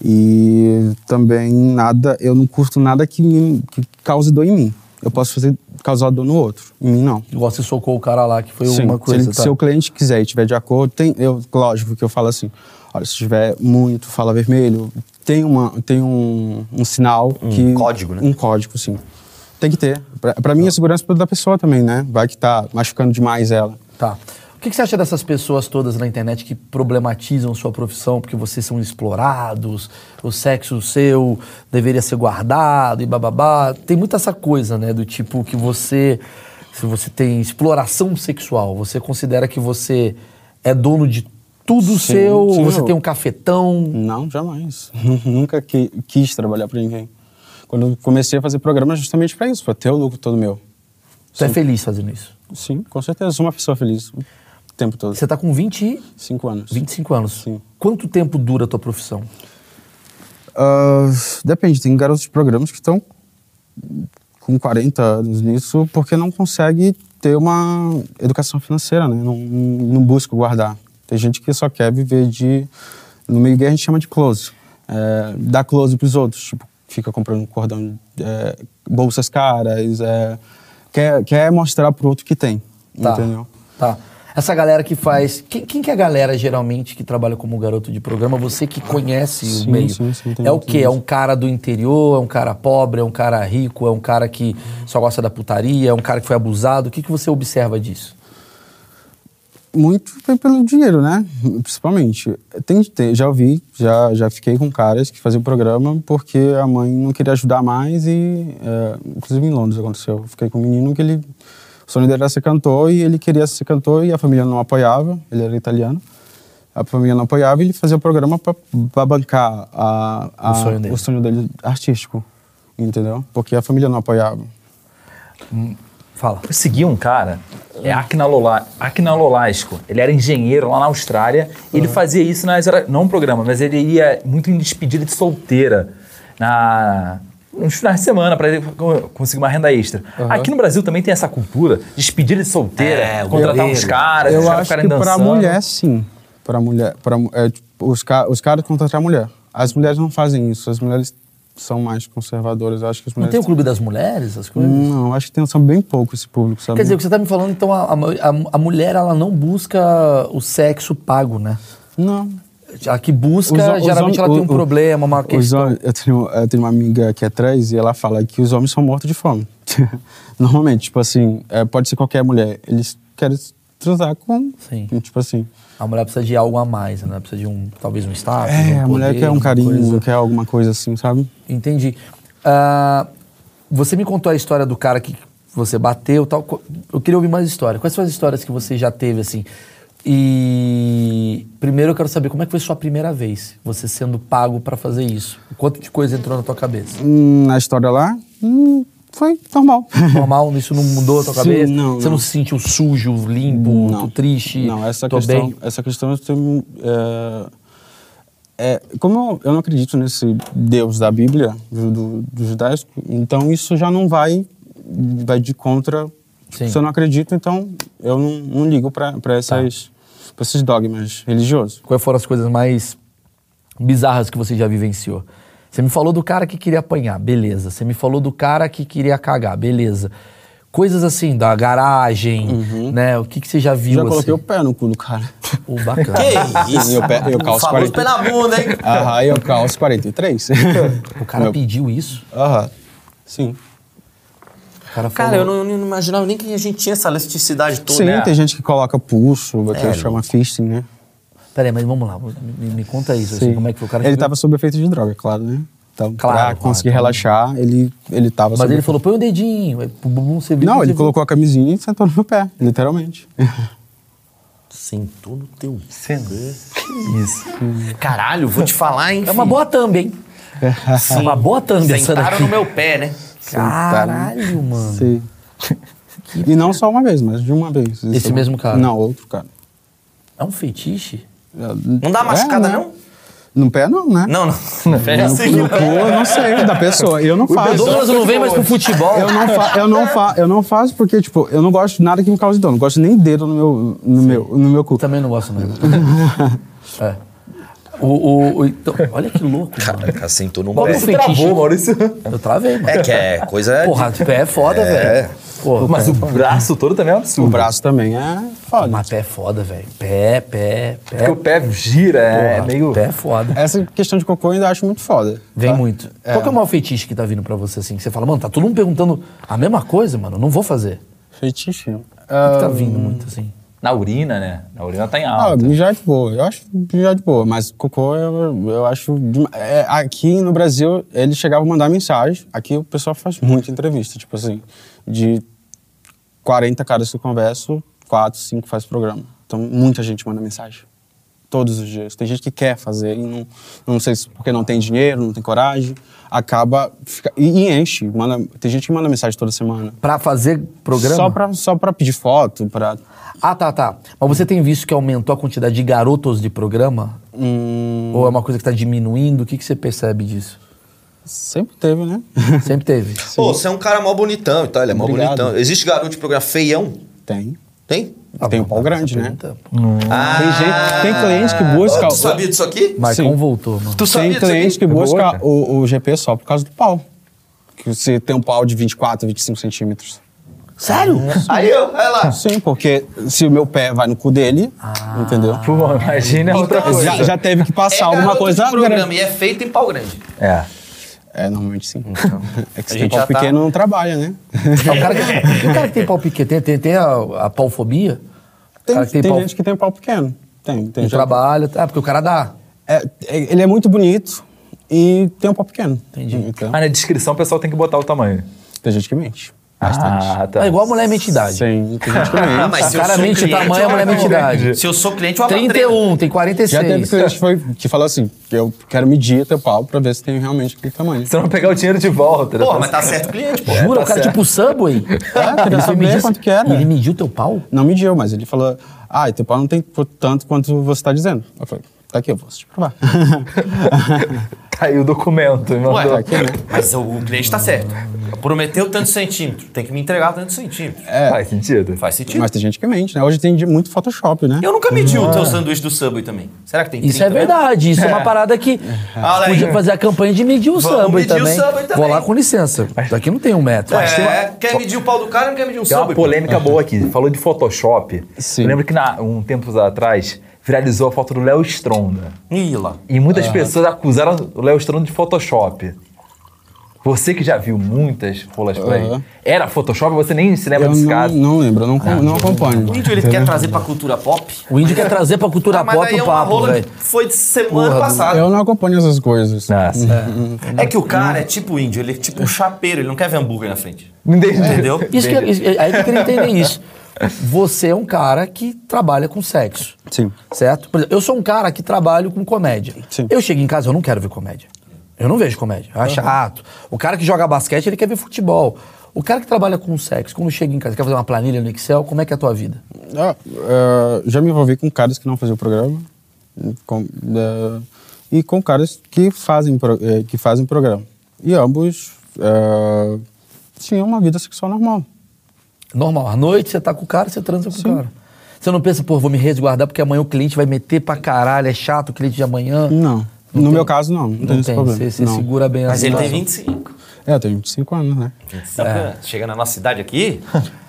B: E também nada, eu não curto nada que, me, que cause dor em mim. Eu posso fazer causar dor no outro, em mim não.
C: Igual você socou o cara lá, que foi
B: Sim,
C: uma coisa.
B: se, ele-
C: tá?
B: se o cliente quiser e tiver de acordo, tem, eu, lógico que eu falo assim, olha, se tiver muito fala vermelho, tem, uma, tem um, um sinal um que...
F: código, né?
B: Um código, sim. Tem que ter. Pra,
C: Tá.
B: pra mim, a segurança é da pessoa também, né? Vai que tá machucando demais ela.
C: Tá. O que, que você acha dessas pessoas todas na internet que problematizam sua profissão porque vocês são explorados, o sexo seu deveria ser guardado e bababá? Tem muita essa coisa, né? Do tipo que você. Se você tem exploração sexual, você considera que você é dono de tudo
B: Sim,
C: seu, ou
B: sim,
C: você
B: eu-
C: tem um cafetão.
B: Não, jamais. Nunca qui- quis trabalhar para ninguém. Quando eu comecei a fazer programa, justamente para isso, para ter o lucro todo meu.
C: Você é feliz fazendo isso.
B: Sim, com certeza. Sou uma pessoa feliz o tempo todo.
C: Você tá com 20 e
B: Cinco anos.
C: 25 anos.
B: Sim.
C: Quanto tempo dura a tua profissão?
B: Ah, depende, tem garotos de programas que estão com 40 anos nisso porque não consegue ter uma educação financeira, né? Não, não busca guardar. Tem gente que só quer viver de... No meio gay a gente chama de close. É, dá close pros outros, tipo, fica comprando cordão, é, bolsas caras, é, quer, quer mostrar pro outro que tem,
C: Tá.
B: entendeu?
C: Tá. Essa galera que faz. Quem, quem que é a galera geralmente que trabalha como garoto de programa? Você que conhece
B: Sim,
C: o meio.
B: sim, sim, tem
C: é o
B: muito
C: quê? É
B: disso.
C: um cara do interior, é um cara pobre, é um cara rico, é um cara que só gosta da putaria, é um cara que foi abusado. O que, que você observa disso?
B: Muito foi pelo dinheiro, né? Principalmente. Tem, tem, já ouvi, já, já fiquei com caras que faziam programa porque a mãe não queria ajudar mais e... é, inclusive em Londres aconteceu. Eu Fiquei com um menino que ele... O sonho dele era ser cantor e ele queria ser cantor e a família não apoiava. Ele era italiano. A família não apoiava e ele fazia o programa para bancar a, a-
C: O sonho dele.
B: o sonho dele artístico. Entendeu? Porque a família não apoiava.
C: Fala.
D: Eu segui um cara, é Aknalola- Aknalolasco. Ele era engenheiro lá na Austrália. E ele fazia isso nas. hora- Não um programa, mas ele ia muito em despedida de solteira. Na. Nos finais de semana, para conseguir uma renda extra. Aqui no Brasil também tem essa cultura de despedida de solteira,
F: É, o
D: contratar
F: goleiro.
D: uns caras, os
B: Eu
D: caras
B: acho que
D: ficarem
B: pra
D: dançando.
B: mulher, sim. Pra mulher. Pra, mu- é, tipo, os, ca os caras contratar a mulher. As mulheres não fazem isso. As mulheres são mais conservadoras. Eu acho que as
C: Não
B: mulheres.
C: tem o clube das mulheres, as coisas?
B: Não, eu acho que tem, são bem pouco esse público, sabe?
C: Quer dizer, o que você tá me falando, então, a, a, a mulher, ela não busca o sexo pago, né?
B: Não.
C: A que busca,
B: Os hom- os
C: geralmente
B: hom-
C: ela tem um
B: o- o-
C: problema, uma
B: os
C: questão.
B: hom- eu, tenho, eu tenho uma amiga que é trans e ela fala que os homens são mortos de fome. Normalmente, tipo assim, é, pode ser qualquer mulher. Eles querem transar com.
C: Sim.
B: com, Tipo assim.
C: A mulher precisa de algo a mais, né? Ela precisa de um, talvez um status,
B: É,
C: um
B: a mulher
C: poder,
B: quer um
C: uma
B: carinho,
C: coisa.
B: quer alguma coisa assim, sabe?
C: Entendi. Ah, você me contou a história do cara que você bateu e tal. Qu- Eu queria ouvir mais história. Quais são as histórias que você já teve, assim? E primeiro eu quero saber como é que foi sua primeira vez, você sendo pago pra fazer isso. Quanto de coisa entrou na tua cabeça?
B: Hum, na história lá, hum, foi normal.
C: Normal, isso não mudou a tua
B: Sim,
C: cabeça?
B: não,
C: você
B: não.
C: não se sentiu sujo, limpo,
B: Não.
C: tô triste?
B: Não, essa
C: tô
B: questão,
C: bem?
B: essa questão eu tenho, é, é, como eu, eu não acredito nesse Deus da Bíblia do, do, do judaico, então isso já não vai vai de contra.
C: Sim. Tá.
B: Se eu não acredito, então eu não, não ligo para essas pra esses dogmas religiosos.
C: Quais foram as coisas mais bizarras que você já vivenciou? Você me falou do cara que queria apanhar, beleza. Você me falou do cara que queria cagar, beleza. Coisas assim, da garagem, né? O que, que você já viu
B: Uhum. já coloquei o
C: assim?
B: pé no cu do cara.
C: O... bacana.
F: Que isso?
B: Eu, pe- eu calço 43.
F: Famoso pela bunda, hein?
B: Aham, eu calço 43.
C: o cara
B: Meu-
C: pediu isso?
B: Aham. Sim.
C: O cara
F: Cara,
C: falou,
F: eu não, eu não imaginava nem que a gente tinha essa elasticidade toda.
B: Sim,
F: né?
B: tem gente que coloca
C: É,
B: pulso, vai ter chama fisting, né?
C: Peraí, mas vamos lá, me, me conta isso. assim,
B: Sim.
C: como é que foi o cara?
B: Ele
C: que-
B: tá tava sob efeito de droga, claro, né? Então,
C: Claro,
B: pra
C: claro,
B: conseguir
C: claro.
B: relaxar, ele, ele tava
C: Mas
B: sob
C: ele
B: efeito-
C: falou, põe o dedinho. é, aí, pum, pum, pum, Você viu,
B: Não,
C: você
B: ele
C: viu.
B: colocou a camisinha e sentou no meu pé, literalmente.
C: Ah.
F: Sentou no teu. Isso. Caralho, vou te falar, hein?
C: É uma boa thumb, hein? É uma boa thumb essa
F: Sentaram
C: daqui.
F: no meu pé, né?
C: Caralho, mano.
B: Sim. E não só uma vez, mas de uma vez.
C: Esse
B: é-
C: mesmo cara?
B: Não, outro cara.
C: É um fetiche?
B: Não
F: dá machucada, não?
B: né? No pé, não, né?
F: Não, não.
B: No,
D: assim,
B: no cu, eu não sei, da pessoa. Eu não
C: O
B: faço.
C: Douglas não vem mais pro futebol.
B: Eu não, fa- eu, não fa- eu não faço porque, tipo, eu não gosto de nada que me cause dor. Não gosto nem dedo no meu, no meu, no meu cu.
C: Também não gosto, não. é. O, o, o- então, olha que louco, mano.
F: Cara, sentou no
C: Qual que é o
F: pé.
C: fetiche?
D: Maurício.
C: Eu travei, mano.
F: assim? É que é coisa.
C: Porra, de pé é foda, velho. Porra,
D: Mas o braço todo também é um
B: O
D: absurdo.
B: braço também é foda.
C: mas pé é foda, velho. Pé, pé, pé.
D: Porque o pé gira, é
C: porra,
D: meio.
C: Pé é foda.
B: Essa questão de cocô eu ainda acho muito foda.
C: Vem
B: tá?
C: muito. Qual que é o maior fetiche que tá vindo pra você, assim? Que você fala, mano, tá todo mundo perguntando a mesma coisa, mano. eu Não vou fazer.
B: Fetiche.
C: O que
B: Ah,
C: que tá vindo muito, assim?
D: Na urina, né? Na urina tá em
B: ah,
D: alta.
B: mijar é de boa. Eu acho mijar de boa, mas cocô eu, eu acho. dema- é, aqui no Brasil, ele chegava a mandar mensagem. Aqui o pessoal faz muita entrevista, tipo assim, de 40 caras que eu converso, 4, 5 faz programa. Então muita gente manda mensagem. Todos os dias. Tem gente que quer fazer e não, não sei se porque não tem dinheiro, não tem coragem, acaba. fica- e, e enche. Manda, tem gente que manda mensagem toda semana.
C: Pra fazer programa?
B: Só pra, só pra pedir foto, pra.
C: Ah, tá, tá. Mas você tem visto que aumentou a quantidade de garotos de programa? Ou é uma coisa que tá diminuindo? O que, que você percebe disso?
B: Sempre teve, né?
C: Sempre teve.
F: Pô, você é um cara mó bonitão e tal, ele é mó
B: Obrigado.
F: bonitão. Existe garoto de programa feião?
B: Tem.
F: Tem?
B: tem o pau
C: essa
B: grande, né?
C: pergunta-
F: Ah,
B: Tem, gente, tem cliente que busca.
F: ó, Ah, Tu sabia disso aqui?
C: Marcão
B: Sim.
C: voltou, mano.
F: Tu sabia
B: Tem
F: disso É
B: cliente
F: aqui?
B: que busca
D: Poxa.
B: o, o GP só por causa do pau. Que você tem um pau de 24, 25 centímetros. É.
C: Sério?
F: Aí, ó, olha lá.
B: Sim, porque se o meu pé vai no cu dele, entendeu?
D: Pô, imagina é outra coisa.
B: Já, já teve que
F: Ah. É
B: passar alguma
F: garoto
B: coisa
F: de programa
B: grande.
F: e é feito em pau grande.
D: É.
B: É, normalmente sim. é que se tem
F: Então, A gente
B: pau
F: já tá-
B: pequeno não trabalha, né?
C: Ah, o, cara que, o cara que tem pau pequeno, tem, tem, tem a, a paufobia? o
B: Tem,
C: cara que tem,
B: tem
C: pau
B: gente que tem pau pequeno. Tem, tem
C: que
B: gente-
C: trabalha. Ah, porque o cara dá.
B: É, é- ele é muito bonito e tem um pau pequeno. Entendi.
D: Ah, na descrição o pessoal tem que botar o tamanho.
B: tem gente que mente.
D: Ah, tá.
C: É igual a mulher mente idade.
B: Sim, tem gente que mente.
F: Ah, mas
C: O cara mente tamanho, a mulher mente idade.
F: Se eu sou cliente, eu abro a treta.
C: 31, tem
B: Já teve
C: 46.
B: cliente que, foi, que falou assim, que eu quero medir teu pau pra ver se tem realmente aquele tamanho.
D: Você não pegar o dinheiro de volta. né?
F: Porra, mas tá certo o cliente, pô.
C: Jura?
D: tá
C: o cara
D: certo.
C: tipo o Subway? Tá?
B: queria
C: foi
B: saber
C: medir-
B: quanto que era.
C: Ele mediu teu pau?
B: Não mediu, mas ele falou, ah, teu pau não tem qu- tanto quanto você tá dizendo. Eu falei, tá aqui, eu posso te provar.
D: Caiu o documento e
F: Ué,
D: mandou.
F: mas o cliente tá certo. Prometeu tantos centímetros, tem que me entregar tantos centímetros.
D: é. Faz sentido.
F: Faz sentido.
B: mas tem gente que mente, né? Hoje tem de- muito Photoshop, né?
F: Eu nunca medi o teu sanduíche do Subway também. Será que tem 30
C: Isso é
F: mesmo?
C: verdade, isso é, uma parada que
F: Ah, Olha aí.
C: podia fazer a campanha de medir o
F: Vamos
C: Subway
F: medir o
C: também.
F: Subway também.
C: Vou lá com licença, daqui não tem um metro. Mas tem uma-
F: É, quer medir o pau do cara não quer medir um
D: Tem uma
F: Subway? pô?
D: polêmica boa aqui. Falou de Photoshop.
B: Sim.
D: Eu lembro que na, um tempo atrás viralizou a foto do Léo Stronda.
F: Ih, lá.
D: E muitas pessoas acusaram o Léo Stronda de Photoshop. Você que já viu muitas rolas por aí,
B: Aham.
D: era Photoshop, você nem se lembra
B: Eu
D: desse
B: não,
D: caso.
B: não lembro, eu não, com- não acompanho.
F: O índio ele quer trazer pra cultura pop?
C: O índio quer trazer pra cultura
F: Ah, mas
C: pop
F: aí é
C: o
F: uma
C: papo,
F: rola
C: velho.
F: que foi de semana passada.
B: Eu não acompanho essas coisas.
D: Ah, sim.
F: É que o cara é tipo índio, ele é tipo um chapeiro, ele não quer ver hambúrguer na frente.
D: Entendi.
B: É.
F: Entendeu?
C: Isso que, isso- aí que eu queria entender isso. Você é um cara que trabalha com sexo.
B: Sim.
C: Certo? Por exemplo, eu sou um cara que trabalho com comédia.
B: Sim.
C: Eu chego em casa, eu não quero ver comédia. Eu não vejo comédia. Eu acho chato. O cara que joga basquete, ele quer ver futebol. O cara que trabalha com sexo, quando chega em casa, quer fazer uma planilha no Excel, como é que é a tua vida?
B: Ah, ah, já me envolvi com caras que não faziam o programa com- da- e com caras que fazem pro- eh, que fazem programa. E ambos ah, tinham uma vida sexual normal.
C: Normal. À noite você tá com o cara, você transa com o cara. Você não pensa, pô, vou me resguardar porque amanhã o cliente vai meter pra caralho, é chato o cliente de amanhã.
B: Não. no meu caso, não. Não,
C: Não
B: tem esse
C: tem,
B: problema.
C: você, você
B: não.
C: segura bem assim,
F: Mas
C: a
F: ele tem
C: situação.
F: 25.
B: É, eu tenho 25 anos, né?
F: Chega na nossa idade aqui,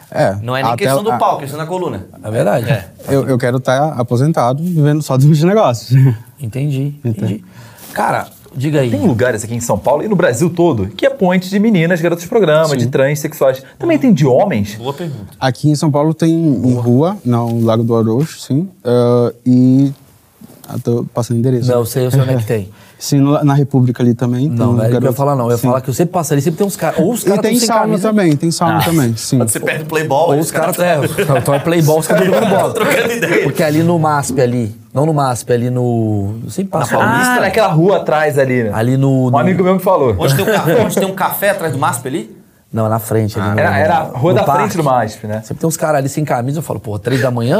B: É.
F: não é nem
B: até-
F: questão do
B: a-
F: pau, é questão da coluna.
C: É verdade.
B: Eu, eu quero estar aposentado vivendo só dos meus negócios.
C: Entendi, entendi. Cara, diga aí.
D: Tem lugares aqui em São Paulo e no Brasil todo que é ponte de meninas, garotas de programa, de trans, sexuais. Também tem de homens.
F: Boa pergunta.
B: Aqui em São Paulo tem em rua, no Lago do Arocho, sim. ah, e. Ah, tô passando endereço.
C: Não, eu sei, eu sei onde é que tem.
B: Sim, no- na República ali também. tem
C: Não,
B: uns
C: não era o que eu ia
B: garotos-
C: falar, não. Eu ia
B: sim.
C: falar que eu sempre passo ali, sempre tem uns caras. Ou os
B: E
C: caras
B: tem
C: tão sem
B: sauna
C: camisa.
B: também, tem sauna também, sim.
F: Quando você perde o Playboy,
C: Ou os caras. É, então é playball, os caras jogando bola.
F: trocando ideia.
C: Porque ali no MASP, ali. Não no MASP, ali no. Eu sempre passo. ali.
D: Ah, naquela rua atrás ali, né?
C: Ali no.
D: Um
C: no-
D: amigo meu me falou.
F: Onde tem, um café, onde tem um café atrás do MASP ali?
C: Não, na frente. Ali no-
D: Ah, Era, era a
C: no-
D: rua
C: no
D: da
C: parque.
D: frente do MASP, né?
C: Sempre tem uns caras ali sem camisa. Eu falo, pô, três da manhã?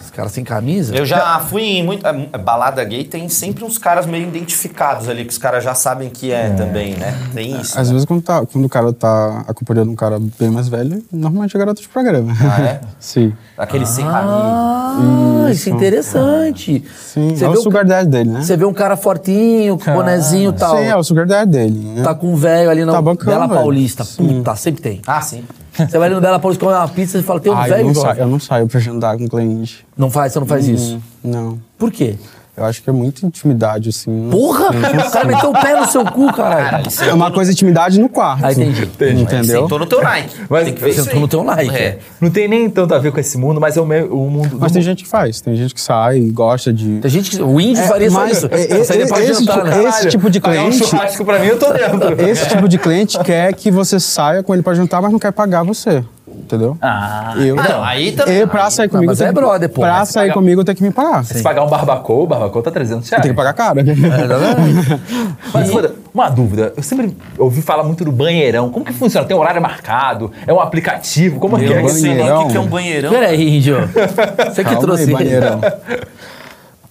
C: Os caras sem camisa?
F: Eu já fui em muita é, balada gay, tem sempre uns caras meio identificados ali, que os caras já sabem que é, também, né? Tem isso.
B: Às vezes, quando, tá- quando o cara tá acompanhando um cara bem mais velho, normalmente é garoto de programa. Ah,
F: é?
B: sim.
F: Aquele sem camisa.
C: Ah, isso é interessante.
B: Sim,
C: Você
B: é o
C: vê o-
B: sugar daddy dele, né?
C: Você vê um cara fortinho, com bonezinho e tal.
B: Sim, é o sugar daddy dele. Né?
C: Tá com um velho ali na
B: Tá bancando,
C: Bela
B: velho.
C: Paulista. Puta, sempre tem.
F: Ah, sim.
C: Você vai ali no Bela Paulista comer uma pizza e fala, tem um
B: Ah, eu,
C: velho
B: não
C: jovem.
B: saio, eu não saio pra jantar com cliente.
C: Não faz, você não faz isso.
B: Hum, Não.
C: Por quê?
B: Eu acho que é muita intimidade, assim. não-
C: Porra! O cara meteu o pé no seu cu, caralho.
B: É uma coisa intimidade no quarto.
C: Ah, entendi. Entendi.
B: Entendeu?
F: Sentou no teu Nike.
D: Mas-
F: tem que ver isso
C: Sentou
F: aí.
C: no teu um like.
F: É.
D: Não tem nem tanto a ver com esse mundo, mas é o, meu, o mundo.
B: Mas
D: do
B: tem
D: mundo.
B: gente que faz. Tem gente que sai e gosta de.
C: Tem gente que. O índio faria só isso.
B: é- é-
C: Isso aí é pra
B: esse,
C: jantar,
B: tipo,
C: né?
B: esse tipo de
D: Pagar um
B: cliente.
D: churrasco pra mim, eu tô dentro.
B: Esse tipo de cliente quer que você saia com ele pra jantar, mas não quer pagar você. Entendeu?
D: Ah,
B: eu,
F: Ah, não, aí também.
B: E pra sair comigo,
C: mas
B: tem
C: é
B: que-
C: brother, pô.
B: pra
C: Mas
B: sair comigo, tem que me pagar.
D: se pagar um barbacoa, o barbacoa tá 300 reais.
B: Tem que pagar caro.
D: Mas, Ruda, uma dúvida. Eu sempre ouvi falar muito do banheirão. Como que funciona? Tem horário marcado? É um aplicativo? Como é que é?
F: Eu sei nem o que que é um
B: Banheirão.
F: banheirão.
C: Peraí, índio. Você que
B: Calma
C: trouxe
B: aí,
C: ele.
B: banheirão.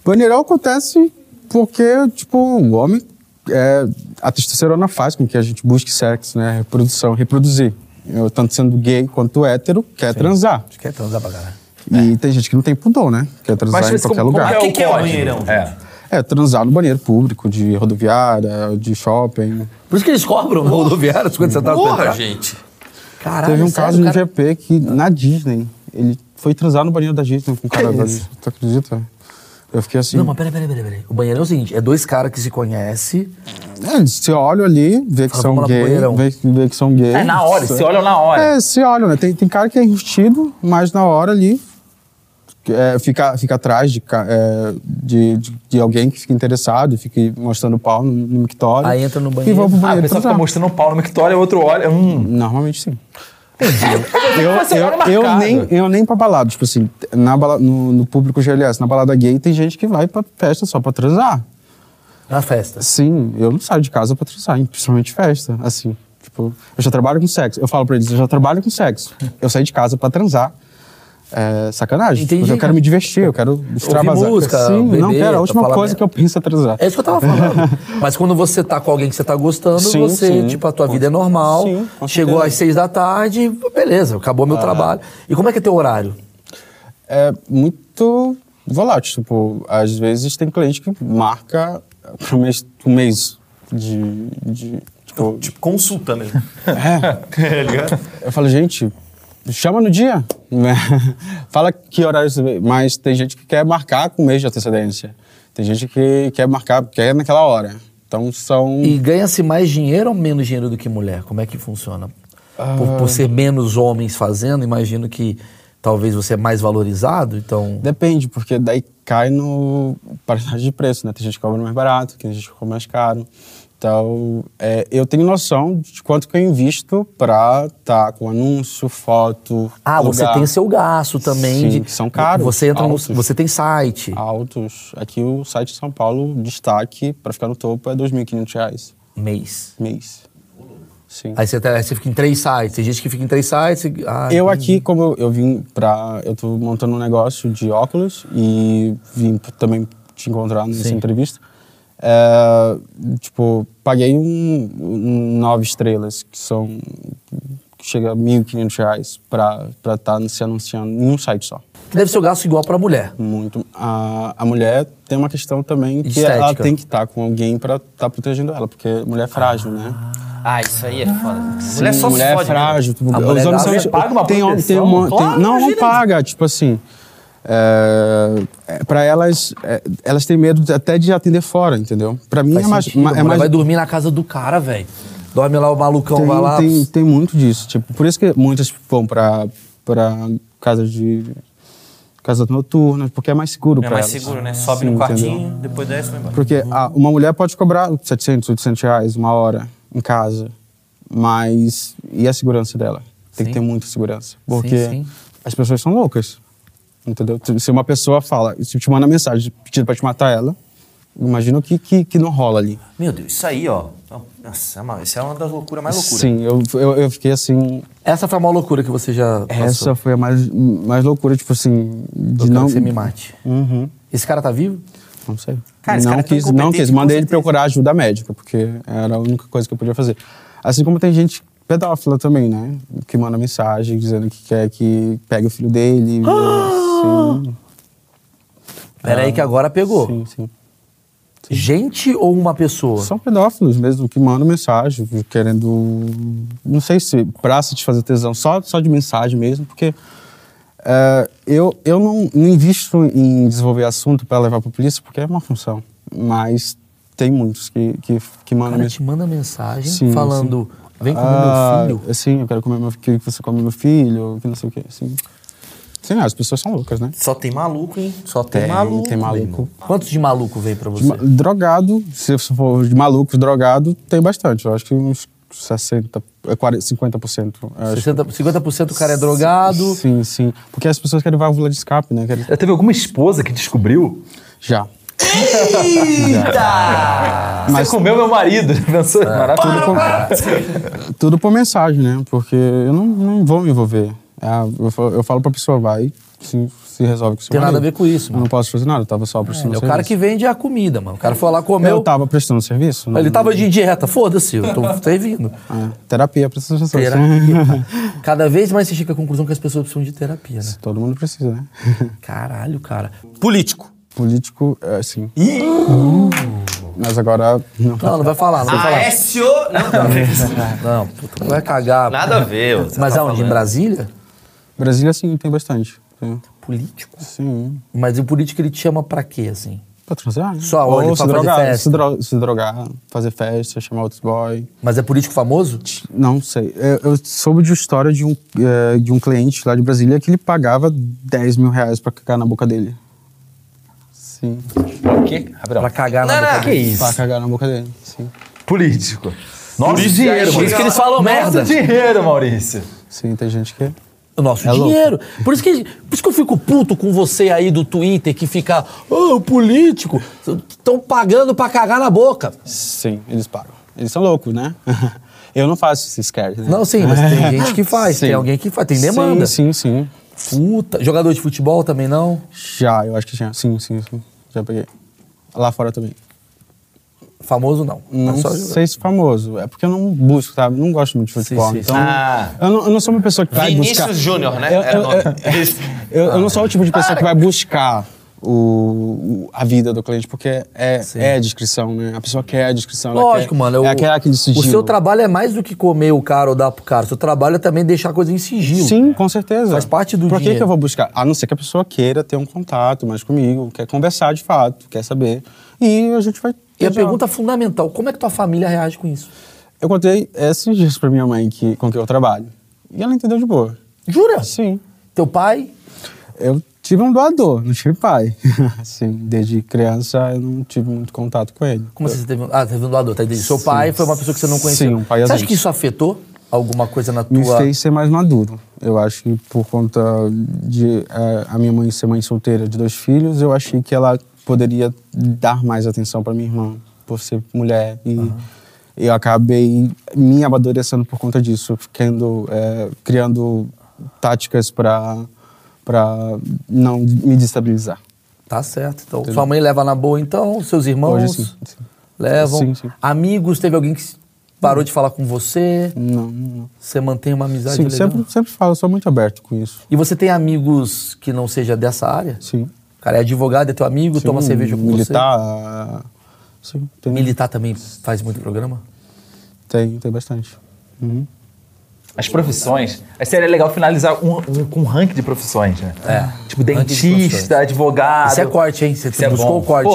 B: banheirão acontece porque, tipo, o homem. É, a testosterona faz com que a gente busque sexo, né? Reprodução, reproduzir. Eu, tanto sendo gay quanto hétero, quer transar.
C: Quer transar é pra caralho.
B: E tem gente que não tem pudor, né? Quer transar em
D: Mas
B: qualquer lugar.
F: O que que é o
D: código?
F: banheirão?
D: É.
B: É, transar no banheiro público, de rodoviária, de shopping.
C: Por isso que eles cobram rodoviário, 50 centavos pra
F: Porra,
C: entrar.
F: gente.
C: Caralho,
B: Teve um
C: sério,
B: caso no
C: cara-
B: GP que na Disney, ele foi transar no banheiro da Disney com o cara da Disney. Tu acredita? Eu fiquei assim.
C: Não, mas peraí, peraí, peraí, peraí. O banheiro é o seguinte: é dois caras que se conhecem.
B: É, eles se olham ali, vê que
C: Fala,
B: são
C: vamos lá pro
B: gay,
C: banheirão.
B: vê, vê que são gays.
D: É na hora, se olham na hora.
B: É, se olham, né? Tem, tem cara que é enrustido, mas na hora ali é, fica, fica atrás de, ca- é, de, de, de alguém que fica interessado, fica mostrando o pau no, no mictório.
C: Aí entra no
B: E
C: banheiro.
B: vão pro
D: Ah, a
B: banheiro
D: pessoa fica
B: transar.
D: mostrando um pau no mictório, o outro olha. Hum.
B: Normalmente sim.
D: Eu,
B: Eu, eu, nem, eu nem pra balada, tipo assim, na bala- no, no público GLS, na balada gay, tem gente que vai pra festa só pra transar.
C: Na festa.
B: Sim, eu não saio de casa pra transar, principalmente festa, assim. Tipo, eu já trabalho com sexo. Eu falo pra eles, eu já trabalho com sexo. Eu saí de casa pra transar. É sacanagem.
C: Entendi,
B: Porque eu
C: cara.
B: quero me divertir, eu quero extravasar.
C: música,
B: Sim, não
C: beber,
B: quero. A última
C: falar
B: coisa
C: merda.
B: que eu penso é transar.
C: É isso que eu tava falando. Mas quando você tá com alguém que você tá gostando,
B: Sim,
C: você,
B: sim.
C: tipo, a tua vida é normal.
B: Sim, com
C: chegou
B: certeza. Ah.
C: às seis da tarde, beleza, acabou meu trabalho. E como é que é teu horário?
B: é muito volátil. Tipo, às vezes tem cliente que marca pro mês, um mês de. de tipo,
F: Tipo, consulta mesmo. Tá
B: é. Eu falo, gente, chama no dia. Fala que horário você vem. Mas tem gente que quer marcar com um mês de antecedência. Tem gente que quer marcar, quer naquela hora. Então são.
C: E ganha-se mais dinheiro ou menos dinheiro do que mulher? Como é que funciona? Por,
B: Ah.
C: por ser menos homens fazendo, imagino que talvez você é mais valorizado, então...
B: Depende, porque daí cai no paridade de preço, né? Tem gente que cobra mais barato, tem gente que cobra mais caro. Então, é, eu tenho noção de quanto que eu invisto pra tá com anúncio, foto.
C: Ah, você
B: lugar.
C: tem seu gasto também.
B: Sim,
C: de-
B: são caros,
C: Você entra no,
B: altos. Ah.
C: Você tem site.
B: Altos. Aqui o site de São Paulo, destaque, pra ficar no topo, é R$ 2.500 reais
C: Mês.
B: mês. Sim.
C: Aí você, tá- aí você fica em três sites. Tem gente que fica em três sites. e- Ah,
B: Eu aqui, como eu, eu vim pra. Eu tô montando um negócio de óculos e vim p- também te encontrar nessa entrevista. É, tipo, paguei um, um nove estrelas, que são. que chega a 1.500 reais pra estar se anunciando em um site só.
C: que deve ser o gasto igual pra mulher.
B: Muito. A, a mulher tem uma questão também que ela
C: estética.
B: tem que estar com alguém pra estar protegendo ela, porque mulher é frágil, né?
F: Ah, isso aí é foda.
B: mulher só mulher
F: né?
B: é frágil. tipo,
C: A
B: os
C: mulher
B: homens
C: dá-
B: são-
C: Você
D: paga uma
B: tem, homem- tem
D: proteção?
B: uma- tem-
D: Claro,
B: Não, não
D: imagina.
B: paga. Tipo assim, é, é, pra elas, é, elas têm medo de- até de atender fora, entendeu? Pra mim é
C: Faz
B: mais,
C: sentido,
B: ma-
C: a
B: é
C: mulher
B: mais
C: vai dormir na casa do cara, velho. Dorme lá o malucão,
B: tem,
C: vai lá.
B: tem, tem muito disso. Tipo, por isso que muitas vão pra, pra casa de. Casa noturna, porque é mais seguro
F: É
B: pra
F: mais
B: elas.
F: seguro, né? Sobe
B: Sim,
F: no
B: entendeu?
F: quartinho, depois desce vai embora.
B: Porque ah, uma mulher pode cobrar 700, 800 reais uma hora em casa, mas e a segurança dela? Tem que ter muita segurança. Porque
C: sim.
B: as pessoas são loucas. Entendeu? Tu- Se uma pessoa fala, se te manda mensagem pedindo pra te matar ela, imagina o que, que, que não rola ali.
F: Meu Deus, isso aí, ó. Nossa, é uma- isso é uma das loucuras mais loucuras.
B: Sim, eu, eu, eu fiquei assim.
C: Essa foi a maior loucura que você já passou.
B: Essa foi a mais, mais loucura, tipo assim,
C: Eu
B: de
C: quero
B: não.
C: que você me mate.
B: Uhum.
C: Esse cara tá vivo?
B: Não sei.
F: Cara, esse
B: não,
F: cara é tão
B: quis, não
F: competente,
B: quis.
F: com
B: Mandei ele
F: certeza.
B: procurar ajuda médica, porque era a única coisa que eu podia fazer. Assim como tem gente pedófila também, né? Que manda mensagem dizendo que quer que pegue o filho dele. assim.
C: Pera aí que agora pegou.
B: Ah, Sim, sim.
C: Gente ou uma pessoa?
B: São pedófilos mesmo que mandam mensagem, querendo. Não sei se pra satisfazer tesão, só, só de mensagem mesmo, porque. é, eu eu não, não invisto em desenvolver assunto pra levar pra polícia, porque é uma função. Mas tem muitos que, que, que
C: O
B: mandam
C: cara
B: mensagem.
C: te manda mensagem
B: Sim,
C: falando: vem comer
B: Ah,
C: meu filho.
B: Sim, eu quero comer meu filho, que você come meu filho, que não sei o quê. Assim. Sim, as pessoas são loucas, né?
F: Só tem maluco, hein? Só tem,
B: Tem-
F: maluco.
B: tem maluco.
F: meu irmão.
C: Quantos de maluco veio pra você?
B: De ma- drogado, se você for de maluco, drogado, tem bastante. Eu acho que uns 60, é 40, 50%. eu acho.
C: 60, 50% o cara é drogado.
B: Sim, sim. Porque as pessoas querem válvula de escape, né? Querem-
D: Já teve alguma esposa que descobriu?
B: Já.
F: Ah.
D: Você comeu meu marido. Pensou? Maravilhoso.
B: Tudo por mensagem, né? Porque eu não, não vou me envolver. É, eu, falo, eu falo pra pessoa, vai, se, se resolve com o seu
C: Tem nada
B: marido.
C: a ver com isso,
B: Eu
C: mano.
B: não posso fazer nada, eu tava só
C: É
B: prestando
C: o
B: serviço.
C: cara que vende a comida, mano. O cara foi lá,
B: Eu
C: comeu.
B: tava prestando serviço. né?
C: Ele
B: não-
C: tava de dieta, foda-se, eu tô servindo.
B: É, terapia para essas pessoas.
C: Terapia. Cada vez mais você chega à conclusão que as pessoas precisam de terapia, né?
B: Todo mundo precisa, né?
C: Caralho, cara.
F: Político.
B: Político, é, assim. Uh. Mas agora. Não.
C: Não, não vai falar, não vai falar.
F: Ah, Aécio! Não, não,
C: Não, puta, vai cagar.
F: nada a ver. ô, você
C: Mas
F: tá
C: aonde? Em
F: falando.
C: Brasília?
B: Brasília, sim, tem bastante. Sim.
C: Político.
B: sim.
C: Mas o político ele te chama pra quê, assim?
B: Pra transar, né?
C: Só olha,
B: Ou
C: pra
B: se
C: fazer
B: drogar,
C: festa.
B: se, dro- se drogar, fazer festa, chamar outros boy.
C: Mas é político famoso?
B: Não sei. Eu, eu soube de história de um, eh, de um cliente lá de Brasília que ele pagava 10 mil reais pra cagar na boca dele. Sim.
D: O quê? Rapidão.
C: Pra cagar na
F: Não,
C: boca
F: não,
C: dele.
F: que isso?
B: Pra cagar na boca dele, sim.
D: Político. Nosso
F: Político, aí
D: dinheiro,
F: chega
D: Por isso que eles
F: lá-
D: falam merda.
C: merda.
D: Nosso dinheiro, Maurício.
B: Sim, tem gente que...
C: O nosso
B: É louco.
C: dinheiro. Por isso, que, por isso que eu fico puto com você aí do Twitter que fica, ô, político, estão pagando pra cagar na boca.
B: Sim, eles pagam. Eles são loucos, né? Eu não faço esses caras, né?
C: Não, sim, mas tem gente que faz,
B: Sim.
C: tem alguém que faz, tem demanda.
B: Sim, sim, sim.
C: Puta, jogador de futebol também não?
B: Já, eu acho que já. Sim, sim, sim. Já peguei. Lá fora também.
C: Famoso não.
B: Não
C: Mas só jogador.
B: sei se famoso. É porque eu não busco, sabe? Não gosto muito de futebol.
C: sim.
B: Então,
F: Ah.
B: eu, não, eu não sou uma pessoa que vai
F: Vinícius
B: buscar...
F: Júnior, né? Ah.
B: Eu,
F: Era o
B: eu,
F: nome.
B: eu, eu não sou o tipo de pessoa que vai buscar o, o- a vida do cliente, porque é, é a descrição, né? A pessoa quer a descrição. ela
C: Lógico,
B: quer-
C: mano.
B: É
C: o-
B: aquela que
C: O seu trabalho é mais do que comer o cara ou dar pro cara. O seu trabalho é também deixar a coisa em sigilo.
B: Sim, com certeza.
C: Faz parte do
B: Por que,
C: dinheiro.
B: que eu vou buscar? A não ser que a pessoa queira ter um contato mais comigo, quer conversar de fato, quer saber. E a gente vai.
C: E a
B: ter diálogo.
C: pergunta fundamental: como é que tua família reage com isso?
B: Eu contei esses dias pra minha mãe que, com quem eu trabalho. E ela entendeu de boa.
C: Jura?
B: Sim.
C: Teu pai?
B: Eu tive um doador, não tive pai. assim, desde criança eu não tive muito contato com ele.
C: Como assim você teve. um- Ah, teve um doador, tá entendendo? Seu
B: Sim.
C: pai foi uma pessoa que você não conhecia.
B: Sim, um pai
C: Você acha
B: ausente.
C: que isso afetou alguma coisa na
B: me
C: tua.
B: fez ser mais maduro. Eu acho que por conta de eh, a minha mãe ser mãe solteira de dois filhos, eu achei que ela poderia dar mais atenção para minha irmã, por ser mulher. E eu acabei me amadurecendo por conta disso, ficando, eh, criando táticas para não me destabilizar.
C: Tá certo. Então, sua mãe leva na boa, então, seus irmãos
B: Hoje, sim, sim.
C: levam.
B: Sim, sim.
C: Amigos, teve alguém que s- parou de falar com você?
B: Não, não.
C: Você mantém uma amizade
B: Sim,
C: legal?
B: sempre, sempre falo, sou muito aberto com isso.
C: E você tem amigos que não seja dessa área?
B: Sim.
C: O cara é advogado, é teu amigo, toma
B: Sim,
C: cerveja com
B: militar,
C: você.
B: Sim, tem,
C: Militar também faz muito programa?
B: tem, tem bastante. Uhum.
D: As profissões. Aí seria legal finalizar um, um- com um ranking de profissões, né?
C: É.
D: Tipo,
C: Ranking de profissões.
D: dentista, advogado.
C: Isso é corte, hein? Você
D: Ah, Isso é
C: buscou
D: bom.
C: o corte, hein?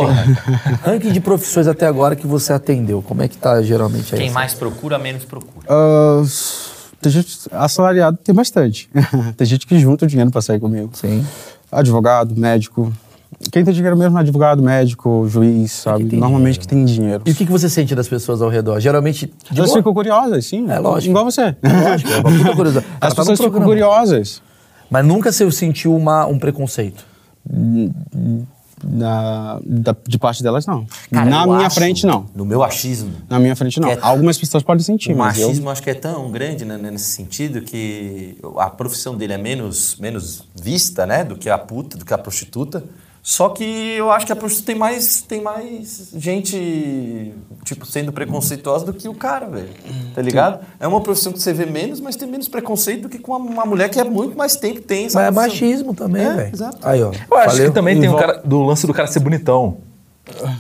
D: Porra.
C: Ranking de profissões até agora que você atendeu. Como é que tá geralmente aí?
F: Quem mais procura, menos procura.
B: Ah, tem gente assalariado tem bastante. tem gente que junta o dinheiro para sair comigo.
C: Sim.
B: Advogado, médico. Quem tem dinheiro mesmo é advogado, médico, juiz, sabe?
C: tem
B: Normalmente que tem dinheiro.
C: né? E o que, que você sente das pessoas ao redor? Geralmente. De
B: Elas
C: boa?
B: ficam curiosas, sim.
C: É lógico.
B: Igual você.
C: Lógico, é uma puta curiosidade. Ela tá
B: As
C: no
B: pessoas ficam
C: programa.
B: curiosas.
C: Mas nunca você sentiu uma, um preconceito.
B: Na- da- de parte delas, não.
F: Cara,
B: Na
F: eu
B: minha
F: acho,
B: frente, não.
F: No meu achismo.
B: Na minha frente, não.
F: É-
B: Algumas pessoas podem sentir,
F: O
B: mas eu...
F: machismo acho que é tão grande né, nesse sentido que a profissão dele é menos, menos vista, né? Do que a puta, do que a prostituta. Só que eu acho que a prostituta tem mais, tem mais gente, tipo, sendo preconceituosa do que o cara, velho. Tá ligado? É uma profissão que você vê menos, mas tem menos preconceito do que com uma mulher que é muito mais tempo tem. essa
C: Mas é
F: profissão.
C: machismo também,
F: É,
C: velho.
F: exato.
C: Aí, ó.
D: Eu acho
C: Valeu.
D: que também tem um o cara, do lance do cara ser bonitão.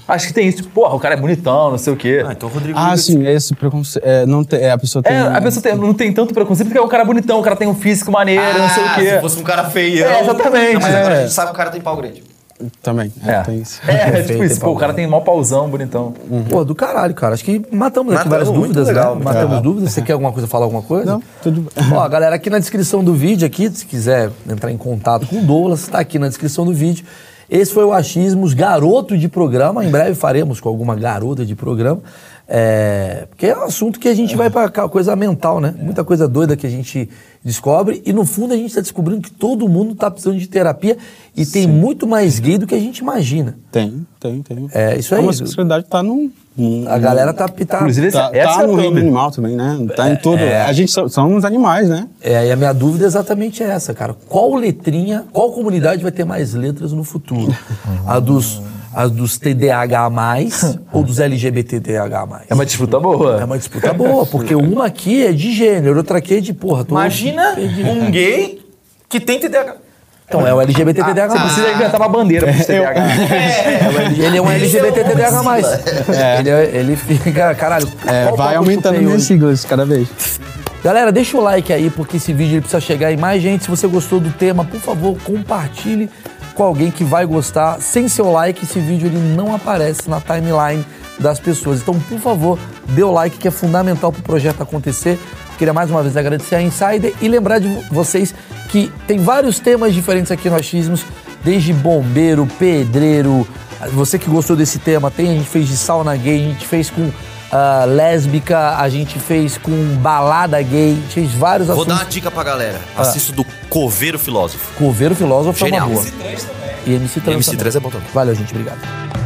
D: Acho que tem isso. Tipo, porra, o cara é bonitão, não sei o quê.
F: Ah, então o Rodrigo
B: Ah,
F: Hilbert-
C: assim.
B: sim, esse preconceito... É, não tem- é, a pessoa tem...
D: É, a pessoa tem- não tem tanto preconceito porque é o cara é bonitão, o cara tem um físico maneiro, não sei o
F: Ah,
D: quê.
F: Se fosse um cara feio.
D: É, exatamente.
F: Não, mas agora
B: É.
F: a gente sabe que o cara tem pau grande.
B: Também, é,
D: É,
B: tem isso.
D: É,
C: Perfeito,
D: tipo isso.
C: tem
D: Pô, o cara tem mó pauzão, bonitão.
C: Pô, do caralho, cara. Acho que matamos aqui
F: Matamos,
C: várias
F: muito
C: dúvidas,
F: legal,
C: né?
F: muito
C: Matamos dúvidas. Você quer alguma coisa, falar alguma coisa?
B: Não, tudo bem.
C: Ó, galera, aqui na descrição do vídeo, aqui, se quiser entrar em contato com o Douglas, tá aqui na descrição do vídeo. Esse foi o Achismos Garoto de Programa. Em breve faremos com alguma garota de programa. É, porque é um assunto que a gente vai pra ca- coisa mental, né? Muita coisa doida que a gente descobre. E no fundo a gente tá descobrindo que todo mundo tá precisando de terapia e tem muito mais gay do que a gente imagina.
B: Tem, tem, tem.
C: É, isso
B: A
C: aí.
B: homossexualidade tá num... num-
C: A galera tá, tá
D: Inclusive,
B: Tá,
D: essa, essa
B: tá
D: é a
B: no reino
D: thumb.
B: animal também, né? Tá em todo. A gente so- somos animais, né?
C: É, e a minha dúvida é exatamente essa, cara. Qual letrinha, qual comunidade vai ter mais letras no futuro? a dos, a dos TDAH ou dos LGBTDH
D: É uma disputa boa.
C: É uma disputa boa, porque uma aqui é de gênero, outra aqui é de porra. tô-
F: Imagina um gay que tem TDAH.
C: Então é o LGBTTDH+.
D: Você precisa inventar uma bandeira pro TDAH.
C: Ele é um LGBTTDH+.
B: É.
C: Ele, é- ele fica, caralho.
B: É,
C: qual
B: vai
C: palco eu
B: aumentando
C: chutei
B: minhas
C: hoje?
B: siglas cada vez.
C: Galera, deixa o like aí, porque esse vídeo ele precisa chegar em mais gente. Se você gostou do tema, por favor, compartilhe com alguém que vai gostar. Sem seu like, esse vídeo ele não aparece na timeline das pessoas. Então, por favor, dê o like, que é fundamental para o projeto acontecer. Queria mais uma vez agradecer a Insider e lembrar de vo- vocês que tem vários temas diferentes aqui no Achismos, desde bombeiro, pedreiro. Você que gostou desse tema, tem, a gente fez de sauna gay, a gente fez com ah, lésbica, a gente fez com balada gay, a gente fez vários
F: Vou dar
C: assuntos.
F: uma dica pra galera. Assista o do Coveiro Filósofo.
C: Coveiro Filósofo é uma
F: Genial.
C: boa. E MC Trans
F: MC
C: também.
F: Trans é bom também.
C: Valeu, gente. Obrigado.